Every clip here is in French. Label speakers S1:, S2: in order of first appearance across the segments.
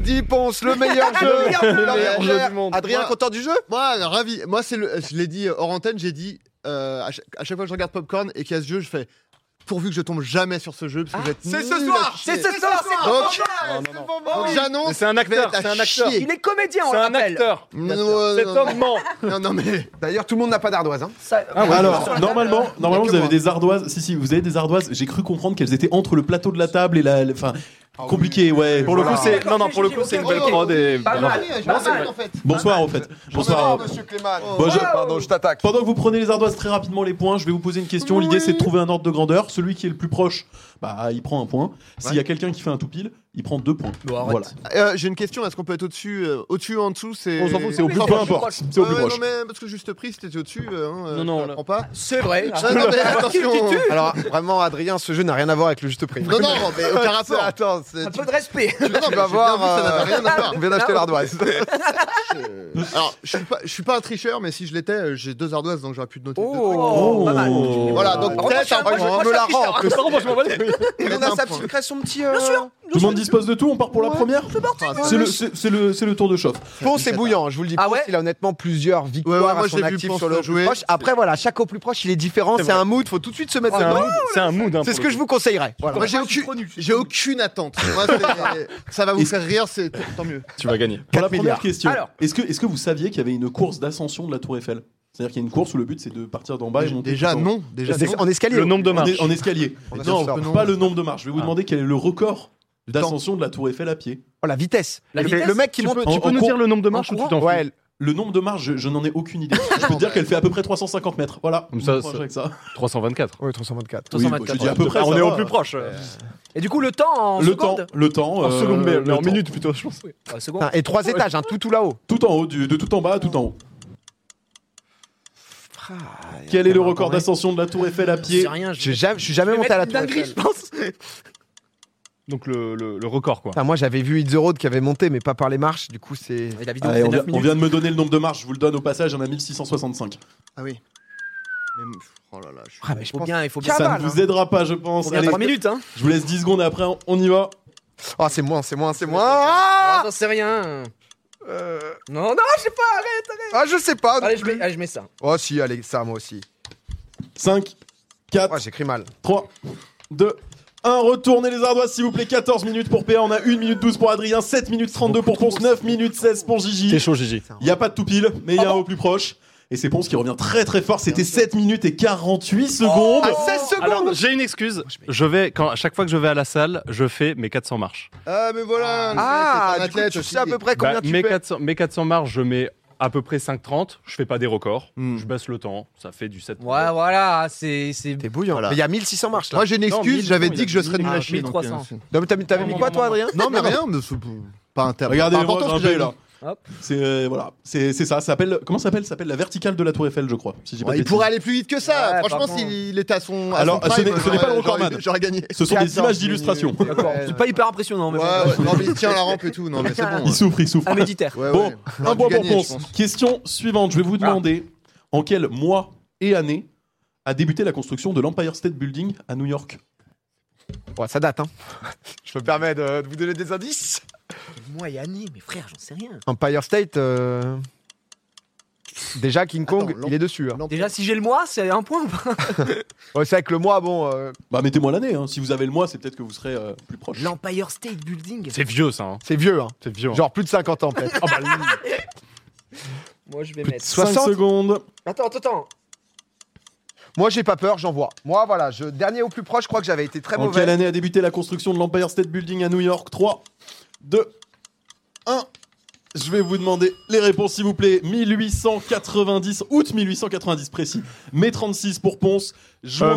S1: dit Ponce, le meilleur jeu,
S2: Le meilleur jeu.
S1: la
S2: Le meilleur
S1: meilleure
S3: jeu du
S1: guerre.
S3: monde.
S1: Adrien,
S2: Moi-
S1: content du jeu
S2: Moi, ravi. Moi, c'est le. Je l'ai dit hors antenne, j'ai dit. euh, à, chaque, à chaque fois que je regarde Popcorn et qu'il y a ce jeu, je fais. Pourvu que je tombe jamais sur ce jeu, parce que je vais être
S1: Ah, C'est ce
S2: nul à
S1: soir
S2: chier.
S1: C'est ce soir
S2: c'est
S1: Donc-
S2: vendredi,
S1: Non, non, non.
S2: Donc
S3: Mais
S2: j'annonce.
S3: c'est un acteur,
S2: vous êtes
S3: c'est
S2: à
S3: un acteur.
S2: chier.
S3: C'est
S2: Il
S4: Il est comédien, on le
S3: un
S4: rappelle.
S3: acteur.
S2: Non, non,
S3: Cet
S2: non,
S3: homme ment.
S2: non, non, mais.
S1: D'ailleurs, tout le monde n'a pas d'ardoise. hein.
S4: Ça-
S5: Alors, normalement, normalement
S1: que
S5: vous avez
S1: moi.
S5: des ardoises. Si, si, vous avez des ardoises. J'ai cru comprendre qu'elles étaient entre le plateau de la table et la. la- Enfin, compliqué, ouais.
S3: Pour le
S5: Ah voilà.
S3: coup, c'est non non,
S4: D'accord,
S3: pour le
S4: je
S3: coup,
S4: dis,
S3: c'est une
S4: ok,
S3: belle
S2: ok.
S3: prod et
S1: Ah,
S4: Pas
S3: bravo.
S4: mal.
S2: Oui,
S3: Non,
S2: j'en
S3: c'est
S2: parle,
S3: vrai.
S2: en fait.
S5: Bonsoir, au fait. Bonsoir.
S1: monsieur Clément.
S5: Bon,
S2: Euh,
S5: je-
S1: Pardon, je t'attaque.
S5: Pendant que vous prenez les ardoises très rapidement les points, je vais vous poser une question. L'idée c'est de trouver un ordre de grandeur. Celui qui est le plus proche, bah il prend un point. S'il y a quelqu'un qui fait un tout pile, il prend deux points. voilà.
S2: Euh, J'ai une question, est-ce qu'on peut être au-dessus euh, Au-dessus ou en dessous c'est...
S5: On s'en fout, c'est au
S4: mais
S5: plus
S4: c'est
S5: peu
S4: au plus
S5: importe.
S4: proche.
S5: C'est au plus
S2: Ouais,
S5: proche.
S2: Euh, Non, mais parce que juste prix, c'était au-dessus. euh, hein, euh,
S3: Non, non,
S2: je
S3: là.
S2: comprends pas.
S4: C'est vrai.
S2: Ah, Non, non, mais attention.
S1: Alors, vraiment, Adrien, ce jeu n'a rien à voir avec le juste prix.
S2: Non, non, mais aucun rapport.
S1: C'est- Attends, c'est-
S4: Un
S1: tu,
S4: peu de respect.
S1: tu- tu
S2: mais
S1: vas
S2: j'ai
S1: voir.
S2: bien vu, ça n'avait
S1: euh,
S2: rien à voir. Euh,
S1: On vient d'acheter
S4: Non.
S1: l'ardoise.
S2: Alors, je suis, pas, je suis pas un tricheur, mais si je l'étais, euh, j'ai deux ardoises, donc j'aurais pu te noter.
S4: Oh, pas mal.
S2: Voilà, donc
S4: Moi,
S2: peut-être
S4: je-
S2: un
S4: moi, je-
S2: point.
S4: moi,
S2: me
S4: je
S2: la
S4: suis un
S2: rends.
S3: Ah, pardon, moi, je m'en bats les couilles.
S1: Et
S2: Peut-être
S1: on a
S2: un
S1: sa
S2: point.
S1: petite création de petit.
S5: Tout le monde dispose de tout, on part pour la première
S2: Enfin,
S5: C'est le, c'est- c'est le, c'est le tour de chauffe.
S1: Ponce est bouillant, je vous le dis.
S4: Ah
S1: Ponce,
S4: ouais
S1: il a honnêtement plusieurs victoires
S2: Ouais, ouais, moi,
S1: à
S2: j'ai
S1: son
S2: vu
S1: actif
S2: Ponce
S1: sur le plus
S2: jouer.
S1: proche. Après, voilà, chaque au plus proche, il est différent. C'est
S3: vrai.
S1: un mood, faut tout de suite se mettre
S3: C'est un
S1: dedans.
S3: mood, c'est un mood. hein,
S1: C'est ce
S3: pour le
S1: que
S3: coup.
S1: je vous conseillerais. Voilà.
S2: Moi, j'ai aucune, j'ai aucune attente. Moi, c'est- ça va vous
S5: Est-ce-
S2: faire rire, c'est tant mieux.
S3: Tu vas gagner.
S5: Pour la
S1: 4
S5: première
S1: milliards.
S5: question,
S4: Alors.
S5: est-ce que, est que vous saviez qu'il y avait une course d'ascension de la Tour Eiffel C'est-à-dire qu'il y a une course où le but c'est de partir d'en bas et monter.
S2: Déjà,
S5: tout en haut.
S2: non. Déjà,
S1: C'est-
S2: non.
S1: En escalier.
S3: Le nombre de
S5: En,
S3: marches.
S5: es- en escalier.
S2: On va
S5: Non,
S2: faire ça, non.
S5: pas le nombre de marches. Je vais vous
S3: Ah.
S5: demander quel est le record
S2: temps.
S5: d'ascension de la Tour Eiffel à pied.
S1: Oh, la vitesse.
S4: La
S1: Le-
S4: vitesse.
S1: Le mec qui
S3: Tu
S1: monte.
S3: peux,
S5: en-
S3: tu peux
S5: en
S3: nous
S5: cours-
S3: dire le nombre de
S4: en
S3: marches ou tu
S4: courant
S3: t'en fous
S1: Ouais,
S5: Le nombre de marches, je, je n'en ai aucune idée. Je peux te dire qu'elle fait à peu près 350 mètres. Voilà.
S3: Comme ça,
S5: On tranche
S3: ça-
S5: avec ça.
S3: 324.
S1: Ouais, 324.
S5: Oui, bah, je dis à peu près.
S3: on
S5: ça
S3: est
S5: va.
S3: au plus proche.
S4: Et du coup, le temps en
S5: Le temps,
S4: seconde
S5: le temps,
S3: En
S5: euh,
S3: seconde, mais
S5: le
S3: mais en
S5: temps.
S3: minutes plutôt, je pense.
S4: Ah, seconde.
S1: Putain, Et trois étages, hein, tout tout là-haut.
S5: Tout en haut, du- de tout en bas, à tout en haut. Quel est le record d'ascension de la Tour Eiffel à pied
S4: C'est rien.
S1: J'ai jamais- Je suis jamais monté à la tour.
S4: dinguerie, je
S1: Eiffel.
S4: pense.
S3: Donc le, le, le record, quoi.
S1: Putain, moi j'avais vu It's the Road qui avait monté, mais pas par les marches. Du coup, c'est.
S4: Et la vidéo,
S5: Allez,
S4: c'est
S5: on, vient,
S4: 9
S5: on
S4: minutes.
S5: vient de me donner le nombre de marches, je vous le donne au passage, il y en a 1665.
S2: Ah oui. Mais, oh là là, je suis-
S1: Ah, mais je
S4: Il faut
S1: pense.
S4: bien, il faut bien.
S1: Pas
S5: Ça
S1: mal,
S5: ne vous aidera pas, je pense.
S4: On est à
S5: Allez,
S4: 3 minutes, hein.
S5: je vous laisse 10 secondes et après, on y va.
S1: Ah, c'est moins, c'est moins, c'est moins. Ah,
S4: Ah, J'en sais rien. Non, non, je sais pas, arrête, arrête.
S1: Ah, je sais pas. non
S4: Allez, je
S1: plus.
S4: mets, allez, je mets ça.
S1: Oh, si, allez, ça, moi aussi.
S5: 5, 4,
S1: Ouais, j'écris mal.
S5: 3, 2, 1. Retournez les ardoises, s'il vous plaît. 14 minutes pour PA, on a 1 minute 12 pour Adrien, 7 minutes 32 pour Ponce, 9 minutes 16 pour
S3: T'es
S5: Gigi.
S3: chaud, Gigi.
S5: Il n'y a pas de tout pile, mais il y a un au plus proche. Et c'est Ponce qui revient très très fort. C'était 7 minutes et 48
S2: Oh,
S5: secondes.
S1: Ah, 16
S3: Alors,
S1: secondes
S3: j'ai une excuse. Oh, Je vais, quand, à chaque fois que je vais à la salle, je fais mes 400 marches.
S2: Ah, mais voilà.
S1: Ah,
S2: le mec est un
S1: du coup,
S2: athlète,
S1: tu sais à peu près
S3: Bah,
S1: combien tu
S3: mes,
S1: fais.
S3: 400, mes 400 marches, je mets à peu près 5,30. Je fais pas des records. Je baisse le temps. Ça fait du 7.
S4: Ouais, voilà, c'est. c'est-
S1: T'es bouillant.
S2: Voilà.
S1: Mais il y a 1600 marches là.
S2: Moi, j'ai une
S3: Non,
S2: excuse,
S3: mille-
S2: j'avais
S3: non,
S2: dit
S3: il
S2: que
S3: a
S2: je
S3: mis
S2: serais nul à chier. donc,
S4: 1300.
S2: euh,
S1: Non, mais t'avais t'avais mis
S3: Non,
S1: quoi,
S3: non,
S1: toi,
S3: non,
S1: Adrien
S2: c'est- Non, mais rien, mais c'est pas intéressant.
S5: Regardez
S2: Pas
S5: les
S2: important, ce que
S5: grimper
S2: j'ai
S5: là.
S4: Hop.
S5: C'est euh, voilà, c'est c'est ça. ça s'appelle comment ça s'appelle Ça s'appelle la verticale de la Tour Eiffel, je crois. Si je dis
S2: dit.
S5: pas de
S2: Ouais, Bah, il
S5: bêtises.
S2: pourrait aller plus vite que ça.
S4: Ouais,
S2: Franchement,
S4: par contre.
S2: s'il était à son. à
S5: Alors,
S2: son
S5: ce
S2: prime,
S5: n'est- ce n'est pas le
S2: j'aurais-
S5: recordman.
S2: J'aurais gagné.
S5: Ce sont des
S1: 14
S5: images d'illustration.
S1: minutes.
S4: D'accord,
S1: Ouais,
S4: c'est pas hyper impressionnant, mais
S2: Ouais,
S4: bon.
S2: ouais, non, mais il tient la rampe et tout. Non, mais c'est bon.
S5: Il souffre, il
S2: Ah,
S5: souffre.
S4: À Méditerre.
S2: Ouais, ouais.
S5: Bon,
S2: J'aurais
S5: un
S2: dû
S5: point pour
S2: gagner, je
S5: Ponce.
S2: pense.
S5: Question suivante. Je vais vous demander en quel mois et année a débuté la construction de l'Empire State Building à New York.
S1: Ouais, ça date, hein. je me permets de, de vous donner des indices.
S4: Moi et Annie, mais frère, j'en sais rien.
S1: Empire State. euh, Déjà, King Kong,
S2: Attends,
S1: il est dessus. hein.
S4: Déjà, si j'ai le mois, c'est un point ou pas
S1: Ouais, c'est vrai que le mois, bon. euh,
S5: Bah mettez-moi l'année. hein. Si vous avez le mois, c'est peut-être que vous serez euh, plus proche.
S4: L'Empire State Building.
S3: C'est vieux, ça. hein.
S1: C'est vieux, hein.
S3: C'est vieux. hein.
S1: Genre plus de 50 ans, peut-être.
S4: Moi, je vais
S5: Plus de
S4: mettre.
S5: 5
S1: 60.
S5: secondes.
S4: Attends, attends, attends.
S1: Moi, j'ai pas peur, j'en vois. Moi, voilà, je... dernier au plus proche, je crois que j'avais été très
S5: En
S1: mauvais.
S5: quelle année a débuté la construction de l'Empire State Building à New York 3, 2, 1. Je vais vous demander les réponses, s'il vous plaît. 1890, août 1890 précis. Mai 36 pour Ponce. Juin...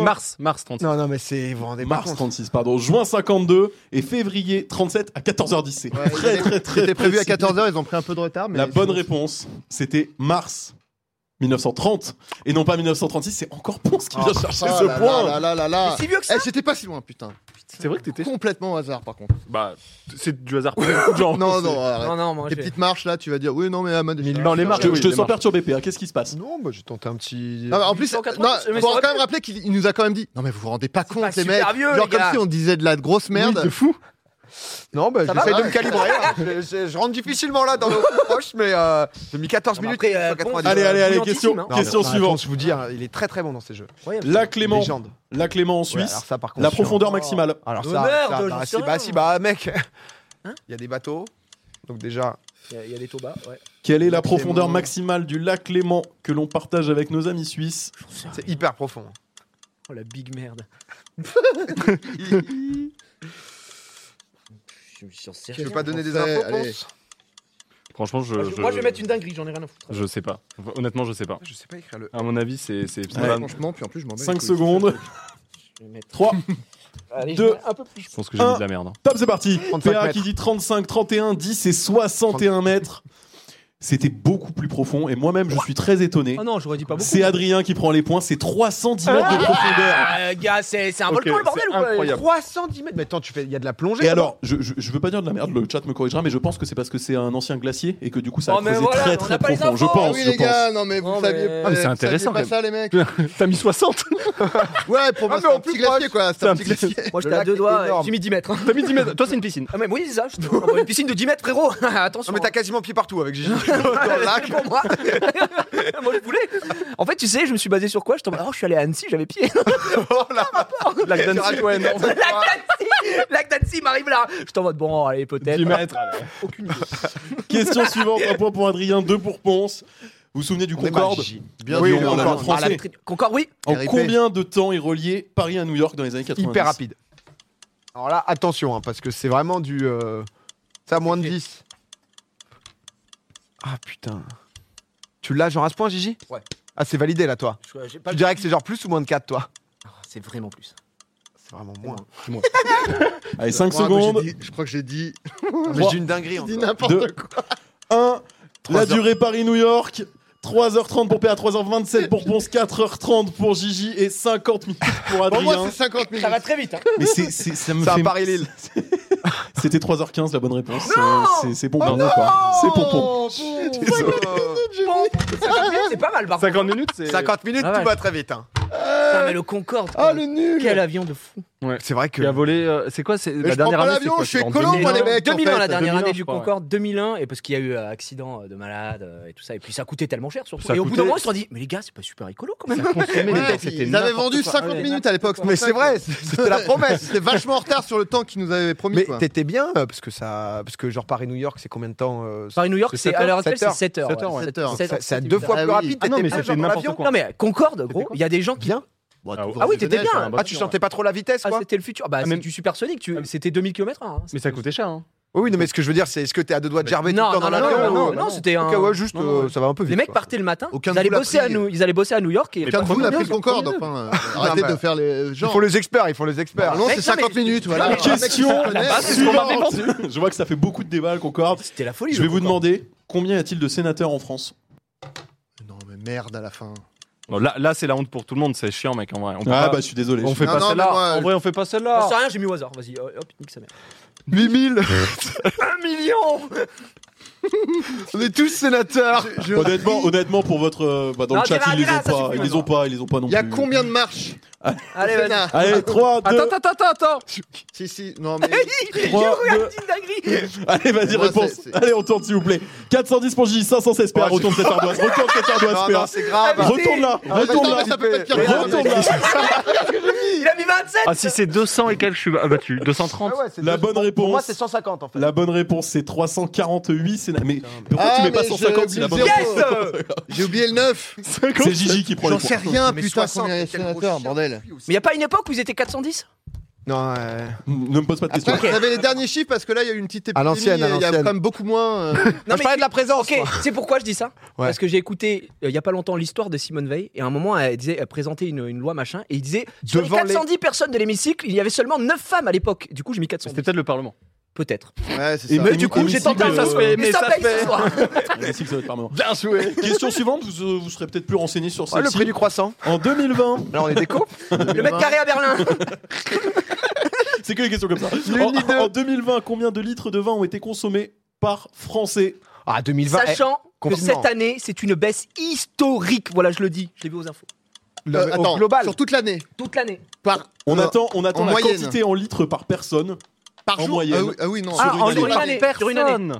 S3: Euh, mars, mars 30.
S1: Non, non, mais c'est. Vous vous rendez pas
S5: Mars
S1: compte.
S5: 36, pardon. Juin 52 et février 37 à 14h10. C'est
S2: Ouais,
S5: très, très, très.
S2: C'était prévu à
S5: précis.
S2: 14h, ils ont pris un peu de retard. Mais
S5: La bonne
S2: sinon,
S5: réponse, c'était mars 1930 et non pas 1936. C'est encore Ponce qui vient chercher
S2: Ah
S5: ce
S2: là
S5: point.
S2: là là là là.
S4: C'est vieux que ça
S2: Eh, c'était pas si loin, putain.
S3: C'est vrai que t'étais.
S2: Complètement au hasard, par contre.
S3: Bah, c'est du hasard. pour beaucoup de gens.
S2: Non, non,
S4: Non,
S2: Ah, arrête.
S4: non, moi,
S2: Les
S4: je vais-
S2: petites marches là, tu vas dire oui, non, mais à mode.
S3: Non, les marches.
S5: Je, je
S3: oui,
S5: te
S3: les
S5: sens
S3: marches.
S5: perturbé, PA. Qu'est-ce qui se passe
S1: Non, bah, j'ai tenté un petit.
S2: Non, mais en plus, non,
S4: 1880, mais
S2: faut
S4: ça aurait
S2: quand même
S4: pu.
S2: rappeler qu'il il nous a quand même dit. Non, mais vous vous rendez pas compte,
S4: pas
S2: les mecs.
S4: super vieux,
S2: Genre
S4: les
S2: comme
S4: gars.
S2: si on disait de la grosse merde.
S3: Oui, de fou.
S1: Non, bah,
S2: Ça va,
S1: j'essaie de
S2: ouais.
S1: me calibrer. hein. Je- je, je rentre difficilement là dans nos proches, mais euh, j'ai mis 14
S4: Non, mais
S1: minutes
S4: après, euh,
S1: sur 90.
S4: bon,
S5: Allez,
S4: Euh,
S5: allez, allez,
S4: brillantissime,
S5: question,
S4: hein.
S1: Non,
S5: question
S1: mais,
S5: suivante.
S1: Alphonse, je vous dis, hein, il est très très bon dans ces jeux.
S4: Incroyable.
S5: La Clément,
S1: Légende.
S5: la Clément en
S1: Ouais,
S5: Suisse,
S1: alors ça, par contre,
S5: la
S1: je suis en-
S5: profondeur
S4: Oh.
S5: maximale.
S2: Ah.
S1: Alors ça,
S4: Honneur,
S1: ça,
S4: toi,
S1: bah,
S4: j'en sais
S1: si, bah
S4: rien.
S1: si, bah mec, il
S4: Hein
S1: y a des bateaux. Donc déjà,
S4: Il y a- il y, a des taux bas, ouais.
S5: Quelle est la
S1: La
S5: profondeur
S1: Clément.
S5: maximale du lac Clément que l'on partage avec nos amis suisses
S1: c'est hyper profond.
S4: Oh la big merde.
S6: Je suis sûr,
S1: Je veux pas donner des
S2: Français,
S1: infos,
S2: allez.
S1: Ponce Ah,
S3: Franchement, je.
S4: Moi je, moi, je vais mettre une dinguerie, j'en ai rien à foutre.
S3: Je sais pas. Honnêtement, je sais pas.
S1: Je sais pas écrire le.
S3: À mon avis, c'est. c'est- c'est
S5: Ouais.
S3: pas-
S2: Franchement, puis en plus, je m'en bats les
S5: 5
S2: couilles.
S5: secondes,
S6: je vais mettre
S5: 3,
S4: Allez,
S5: Deux.
S4: je mets un peu plus.
S3: Je pense que j'ai
S5: Un.
S3: mis de la merde. hein.
S5: top, c'est parti.
S1: 35
S5: PA
S1: mètres.
S5: qui dit 35, 31, 10 et 61 mètres. C'était beaucoup plus profond et moi-même je suis très étonné.
S4: Oh non, j'aurais dit pas beaucoup.
S5: C'est Adrien qui prend les points, c'est 310 mètres de profondeur.
S4: Ah, euh, gars, c'est c'est un
S3: Ok,
S4: volcan le bordel
S3: c'est
S4: ou quoi
S3: incroyable.
S1: 310 mètres. Mais attends, tu fais, il y a de la plongée.
S5: Et
S1: là-bas
S5: alors, je, je, je veux pas dire de la merde, le chat me corrigera, mais je pense que c'est parce que c'est un ancien glacier et que du coup ça a
S4: Oh, mais
S5: creusé
S4: voilà,
S5: très
S4: on
S5: très
S4: a pas les
S5: profond. Je
S4: infos.
S2: Ah
S5: pense,
S2: oui,
S5: je
S2: les
S5: pense.
S2: gars, non, mais vous
S4: Non,
S2: saviez
S4: mais-
S3: Ah,
S2: pas-
S3: mais c'est
S2: vous saviez
S3: intéressant,
S2: pas
S3: quand
S2: ça, les mecs.
S3: T'as mis 60
S2: Ouais, pour moi,
S1: mais
S2: c'est
S1: en
S2: un petit
S1: plus
S2: glacier, quoi. C'est un petit glacier.
S4: Moi j'étais
S1: Le
S4: à
S1: lac
S4: deux
S1: est
S4: doigts,
S1: énorme.
S4: j'ai mis 10 mètres.
S3: T'as mis 10 mètres. Toi, c'est une piscine.
S4: Ah mais oui, c'est ça, je te propose une piscine de 10 mètres, frérot. Attention.
S1: Non mais t'as quasiment pied partout avec Gigi. dans le lac.
S4: pour moi. moi je voulais. En fait, tu sais, je me suis basé sur quoi Je t'en... Alors, je suis allé à Annecy, j'avais pied.
S1: Oh là.
S3: Lac d'Annecy, ouais, non.
S4: Lac d'Annecy m'arrive là. Je t'en mode bon, allez, peut-être.
S3: 10 mètres.
S4: Aucune idée.
S5: Question suivante, un point pour Adrien, deux pour Ponce. Vous vous souvenez du
S1: On est mal,
S5: Concorde
S1: Gigi.
S2: Bien
S5: Oui,
S2: joué,
S5: le
S2: on l'a
S5: Concorde.
S2: lancé.
S4: Ah, la
S5: Français.
S4: tri- Concorde, oui.
S5: En
S2: RIP.
S5: combien de temps est relié Paris à New York dans les années 90
S1: Hyper rapide. Alors là, attention, hein, parce que c'est vraiment du. euh, Ça, moins de 10. Ah putain. Tu l'as genre à ce point, Gigi
S4: Ouais.
S1: Ah, c'est validé là, toi.
S4: Je- j'ai pas-
S1: Tu dirais que c'est genre plus ou moins de 4, toi
S4: Ah, C'est vraiment plus.
S1: C'est vraiment moins.
S5: Allez, 5
S2: Ouais, moi, j'ai
S5: secondes,
S2: dit- Je crois que j'ai dit
S1: Ah, mais
S5: Trois.
S1: j'ai une dinguerie
S2: dit
S1: encore.
S2: n'importe
S5: Deux. 1,
S1: Trois
S5: la
S1: heures.
S5: durée Paris-New York, 3h30 pour PA, 3h27 pour Ponce, 4h30 pour Gigi et 50 minutes pour
S2: Pour moi,
S5: Adrien.
S2: c'est 50 minutes.
S4: Ça va très vite. Hein.
S5: Mais c'est, c'est- ça me
S1: C'est un
S5: fait-
S1: Paris-Lille.
S5: C'était 3h15 la bonne réponse.
S4: Non
S5: Euh, c'est, c'est bon,
S3: Oh
S5: Bernard, quoi. C'est pour Ponce.
S1: Désolé.
S4: Bon, ça va bien, c'est pas mal, par contre.
S3: 50 minutes, c'est.
S1: 50 minutes,
S4: Ah ouais.
S1: tout va très vite. hein.
S4: Putain, mais le Concorde. oh,
S2: Ah, le nul
S4: Quel avion de fou.
S1: C'est vrai que.
S3: Qui a volé. euh, c'est quoi c'est,
S2: je prends pas l'avion, je suis écolo,
S4: Mais
S2: moi, les
S4: non,
S2: mecs, en
S4: 2001
S2: fait.
S4: la dernière
S3: 2001,
S4: année
S3: je
S4: du
S3: crois, ouais.
S4: Concorde, 2001 et parce qu'il y a eu euh, accident euh, de malade euh, et tout ça et puis ça coûtait tellement cher surtout.
S3: Ça
S4: et au bout d'un
S3: coûtait-
S4: moment ils se sont dit mais les gars c'est pas super écolo quand même.
S2: Ouais,
S3: c'était
S2: Ils avaient
S3: n'importe
S2: vendu
S3: quoi.
S2: 50
S4: Ouais.
S2: minutes à l'époque.
S1: Mais c'est vrai, c'était la promesse.
S2: C'était vachement en retard sur le temps qu'ils nous avaient promis.
S1: Mais
S2: quoi.
S1: t'étais bien euh, parce que ça, parce que genre Paris New York, c'est combien de temps euh, ça-
S4: Paris New York
S1: C'est
S4: c'est
S1: sept
S4: à l'heure
S1: heures,
S4: actuelle
S1: sept
S4: c'est
S1: heures.
S4: 7 heures.
S3: Sept heures,
S4: ouais.
S3: ouais.
S4: Sept
S2: Sept heures.
S4: heures,
S1: ça-
S4: sept
S1: C'est à
S4: heures,
S1: deux
S4: évidemment.
S1: fois
S2: Ah
S1: plus
S2: oui.
S1: rapide.
S3: Ah non,
S1: t'étais
S3: mais
S1: bien
S3: c'était
S1: dans
S3: n'importe
S1: l'avion.
S3: quoi.
S4: Non mais Concorde gros,
S1: quoi
S4: il y a des gens qui
S1: Bien.
S2: Bon,
S4: Ah oui, t'étais
S2: jeunesse,
S4: bien.
S2: hein,
S1: Ah, tu chantais pas trop la vitesse,
S4: Ah,
S1: quoi
S4: c'était le futur. Bah
S3: Ah,
S4: c'est
S3: mais-
S4: du supersonique, tu... c'était 2000 km/h. hein.
S3: Mais ça coûtait cher, hein.
S1: Oui, oui, non, mais ce que je veux dire, c'est est-ce que t'es à deux doigts de gerber tout
S4: Non,
S1: le
S4: non,
S1: temps dans
S4: non,
S1: l'avion
S4: non,
S1: ou-
S4: non,
S1: bah
S4: non, c'était un
S1: Ok, ouais, juste,
S3: Non, non,
S1: euh,
S3: ouais.
S1: ça va un peu vite.
S4: Les mecs
S1: quoi.
S4: partaient le matin,
S2: Aucun
S4: ils allaient
S2: de vous l'a
S4: bosser à
S2: pris.
S4: nous, ils allaient bosser à New York et
S2: Aucun de vous n'a pris le Concorde,
S4: Prenez-le.
S2: enfin. euh, Arrêtez
S1: bah.
S2: de faire les
S1: Il
S2: gens.
S1: faut les experts, il faut les experts.
S2: Non,
S4: Mec,
S2: c'est
S4: non, mais-
S2: 50 minutes,
S4: Non,
S2: voilà.
S4: mais-
S5: Question
S4: base, c'est ce qu'on m'avait
S5: suivante. Je vois que ça fait beaucoup de débats, le Concorde.
S4: C'était la folie.
S5: Je
S4: le
S5: vais vous
S4: Concorde.
S5: demander combien y a-t-il de sénateurs en France
S2: Non, mais merde à la fin.
S3: Bon, Oh, là, là, c'est la honte pour tout le monde, c'est chiant, mec, en vrai. On, peut
S5: Ah
S3: pas-
S5: bah je suis désolé.
S3: on
S5: Je-
S3: fait
S2: Non,
S3: pas
S2: non,
S3: celle-là.
S2: mais moi,
S3: En vrai, on fait pas
S4: J'en
S3: celle-là.
S4: sais rien, j'ai mis au hasard. Vas-y, hop, nique sa mère.
S1: 8000
S4: Un million
S1: On est tous sénateurs
S5: Honnêtement, honnêtement pour votre euh, bah, dans
S4: Non,
S5: le chat
S4: dira,
S5: ils les
S4: dira, ça
S5: ont pas,
S4: suffit
S5: ils les ont pas, ils les ont pas non
S2: Il y a
S5: plus.
S2: combien de marches
S4: Allez, vas-y.
S2: Sénat
S5: Allez 3 2
S4: Attends, attends, attends, attends
S2: Si, si, non, mais.
S5: Trois,
S4: Je
S5: deux.
S4: regarde une dinguerie
S5: Allez, vas-y,
S2: Moi,
S5: réponse.
S2: c'est- c'est-
S5: Allez, on tourne, s'il vous plaît. 410 pour J, 516 PA.
S1: Ouais,
S5: Retourne cette ardoise. Retourne cette
S1: Non, non,
S5: ardoise,
S1: c'est
S4: Ah,
S1: grave
S5: PA. Retourne là. Retourne là.
S2: Attends, ça peut pas être pire que ça.
S5: Retourne là.
S4: Il a mis 27
S3: Ah, si c'est 200 et quelques, je suis abattu. 230.
S1: Ah ouais, c'est
S5: La
S1: deux-
S5: bonne
S1: pour-
S5: réponse.
S1: Pour moi, c'est 150 en fait.
S5: La bonne réponse, c'est 348. C'est... Mais pourquoi
S2: Ah,
S5: tu mets pas
S2: mais
S5: 150
S2: je-
S5: si la bonne
S2: zéro.
S5: réponse
S4: Yes
S2: J'ai oublié le 9.
S5: C'est Gigi qui prend les
S2: J'en
S5: points.
S2: sais rien,
S1: Mais
S2: putain,
S1: 60,
S2: combien il y a de
S1: quel gros
S2: sénateurs,
S1: chien.
S2: bordel.
S4: Mais y a pas une époque où ils étaient 410
S1: Non, euh,
S5: Ne me pose pas de
S2: Après,
S5: questions.
S2: vous avez les derniers chiffres parce que là, il y a eu une petite épidémie.
S1: À l'ancienne, à
S2: Il y a
S1: l'ancienne.
S2: quand même beaucoup moins. euh,
S4: Non, mais
S1: je parlais de la présence.
S4: Ok, c'est pourquoi je dis ça Parce que j'ai écouté euh, il y a pas longtemps l'histoire de Simone Veil et à un moment elle, disait, elle présentait une, une loi machin et il disait sur les
S1: Devant les-
S4: 410 personnes de l'hémicycle il y avait seulement 9 femmes à l'époque du coup j'ai mis 410
S3: C'était peut-être le Parlement.
S4: peut-être
S2: Ouais, c'est
S5: Et
S2: ça.
S5: mais-
S3: du coup, j'ai tenté
S5: mais ça se fait,
S4: mais ça, paye ce soir
S5: Mais si que ça va être par moment. Question suivante, vous, euh, vous serez peut-être plus renseigné sur
S1: Ah, le
S5: celle-ci.
S1: prix du croissant.
S5: En 2020,
S1: Là, on est déco.
S4: le mètre carré à Berlin
S5: c'est que des questions comme ça. En, en 2020, combien de litres de vin ont été consommés par Français
S1: Ah, 2020. eh,
S4: sachant que
S1: complètement.
S4: cette année c'est une baisse historique voilà je le dis je l'ai vu aux infos
S1: le-
S2: Euh,
S1: au
S2: Attends,
S1: global.
S2: sur toute l'année.
S4: toute l'année
S2: Par.
S5: On
S2: euh,
S5: attend, on attend
S2: en
S5: la
S2: moyenne.
S5: quantité en litres par personne.
S2: Par
S5: en
S2: jour
S5: moyenne.
S2: ah, oui, ah oui, non.
S5: Ah,
S2: Sur
S5: en
S2: une
S5: une
S2: année.
S5: année.
S4: Sur une année.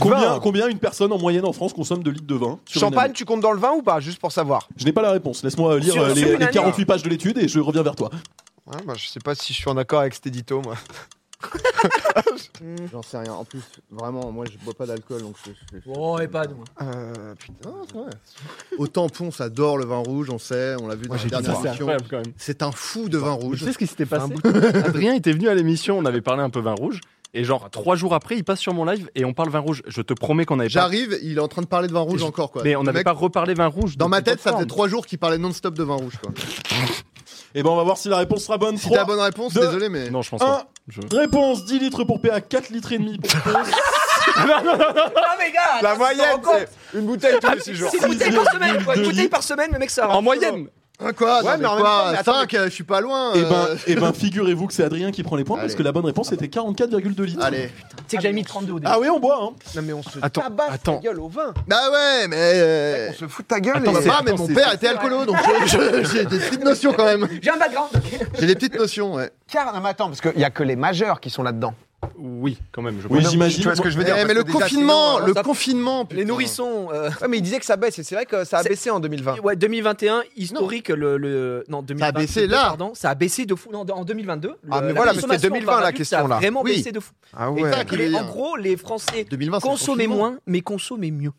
S5: Combien,
S1: Vingt.
S5: combien une personne en moyenne en France consomme de litres de vin sur une
S1: Champagne,
S5: année
S1: tu comptes dans le vin ou pas Juste pour savoir.
S5: Je n'ai pas la réponse. Laisse-moi lire
S4: Sur-
S5: euh, les,
S4: sur une
S5: les
S4: année.
S5: 48 pages de l'étude et je reviens vers toi.
S1: Ouais, bah, je sais pas si je suis en accord avec cet édito, moi.
S2: J'en sais rien. En plus, vraiment, moi, je bois pas d'alcool, donc je. je- je-
S4: Oh, et pas nous.
S1: Euh, putain.
S2: Non, c'est vrai. Au tampon, ça adore le vin rouge, on sait, on l'a vu dans
S1: Moi,
S2: la
S1: j'ai dit
S2: dernière
S1: ça, c'est
S2: émission.
S3: quand même.
S2: C'est un fou de vin
S3: Tu
S2: rouge.
S3: sais ce qui s'était passé Adrien était venu à l'émission, on avait parlé un peu vin rouge, et
S2: Ah,
S3: genre trois jours après, il passe sur mon live et on parle vin rouge. Je te promets qu'on avait pas.
S2: J'arrive, il est en train de parler de vin rouge
S3: Je-
S2: encore, quoi.
S3: Mais on
S2: Le
S3: n'avait
S2: mec,
S3: pas reparlé vin rouge.
S2: Dans ma
S3: depuis
S2: tête, ça faisait
S3: plateforme.
S2: trois jours qu'il parlait non-stop de vin rouge, quoi.
S5: Et ben on va voir si la réponse sera bonne.
S2: Si
S5: 3,
S2: t'as la bonne réponse,
S5: deux,
S2: désolé, mais.
S3: Non, je pense
S5: 1,
S3: pas. Je-
S5: réponse 10 litres pour PA, 4 litres et demi pour Ponce.
S4: Ah, mais gars
S1: La
S4: attends, tu te rends
S1: moyenne,
S4: compte
S1: c'est Ah, une bouteille tous les six jours.
S4: C'est une bouteille par semaine, quoi. Une
S5: 6,2
S4: bouteille par semaine, le mec, ça.
S3: En moyenne
S2: Hein, quoi
S1: Ouais,
S2: Non,
S1: mais en
S2: mais
S1: même temps, mais
S2: quoi
S1: attends,
S2: 5, je suis pas loin.
S5: Et
S2: euh,
S5: ben, eh ben figurez-vous que c'est Adrien qui prend les points parce
S2: Allez.
S5: que la bonne réponse était 44,2 litres.
S2: Allez.
S4: Tu sais que j'avais mis 32 au début.
S5: Ah oui, on boit. Hein.
S1: Non, mais on se
S3: Attends,
S1: tabasse
S3: attends.
S1: la gueule au vin.
S2: Bah ouais, mais. euh,
S1: On se fout de ta gueule.
S2: Bah,
S1: et-
S2: bah, mais
S3: attends,
S2: mon
S3: c'est-
S2: père était alcoolo, donc je- je- j'ai des petites notions quand même.
S4: J'ai un background.
S2: J'ai des petites notions, ouais.
S1: Car, non, mais attends, parce qu'il y a que les majeurs qui sont là-dedans.
S3: Oui, quand même. Je
S5: Oui,
S3: pense.
S5: j'imagine.
S1: Tu vois ce que je veux
S2: Eh,
S1: dire
S2: mais
S1: parce
S2: le hein.
S1: que déjà,
S2: confinement,
S1: sinon, euh,
S2: le
S1: ça-
S2: confinement. putain.
S1: Les nourrissons. euh, ouais, mais il disait que ça baisse, et c'est vrai que ça a
S4: C'est-
S1: baissé en 2020.
S4: Ouais, 2021, historique, le, le. Non, 2022.
S2: baissé, là.
S4: Pardon, ça a baissé de fou. Non, en 2022.
S1: Ah,
S4: le-
S1: mais voilà, mais
S4: la
S1: c'était
S4: consommation
S1: 2020,
S4: par
S1: la
S4: adulte,
S1: question,
S4: ça a
S1: là.
S4: vraiment
S2: Oui.
S4: baissé de fou.
S1: Ah
S4: Et ça,
S2: que
S4: les-
S2: dire.
S4: en gros, les Français
S2: 2020, c'est le
S4: consommaient
S2: confinement.
S4: moins, mais consommaient mieux.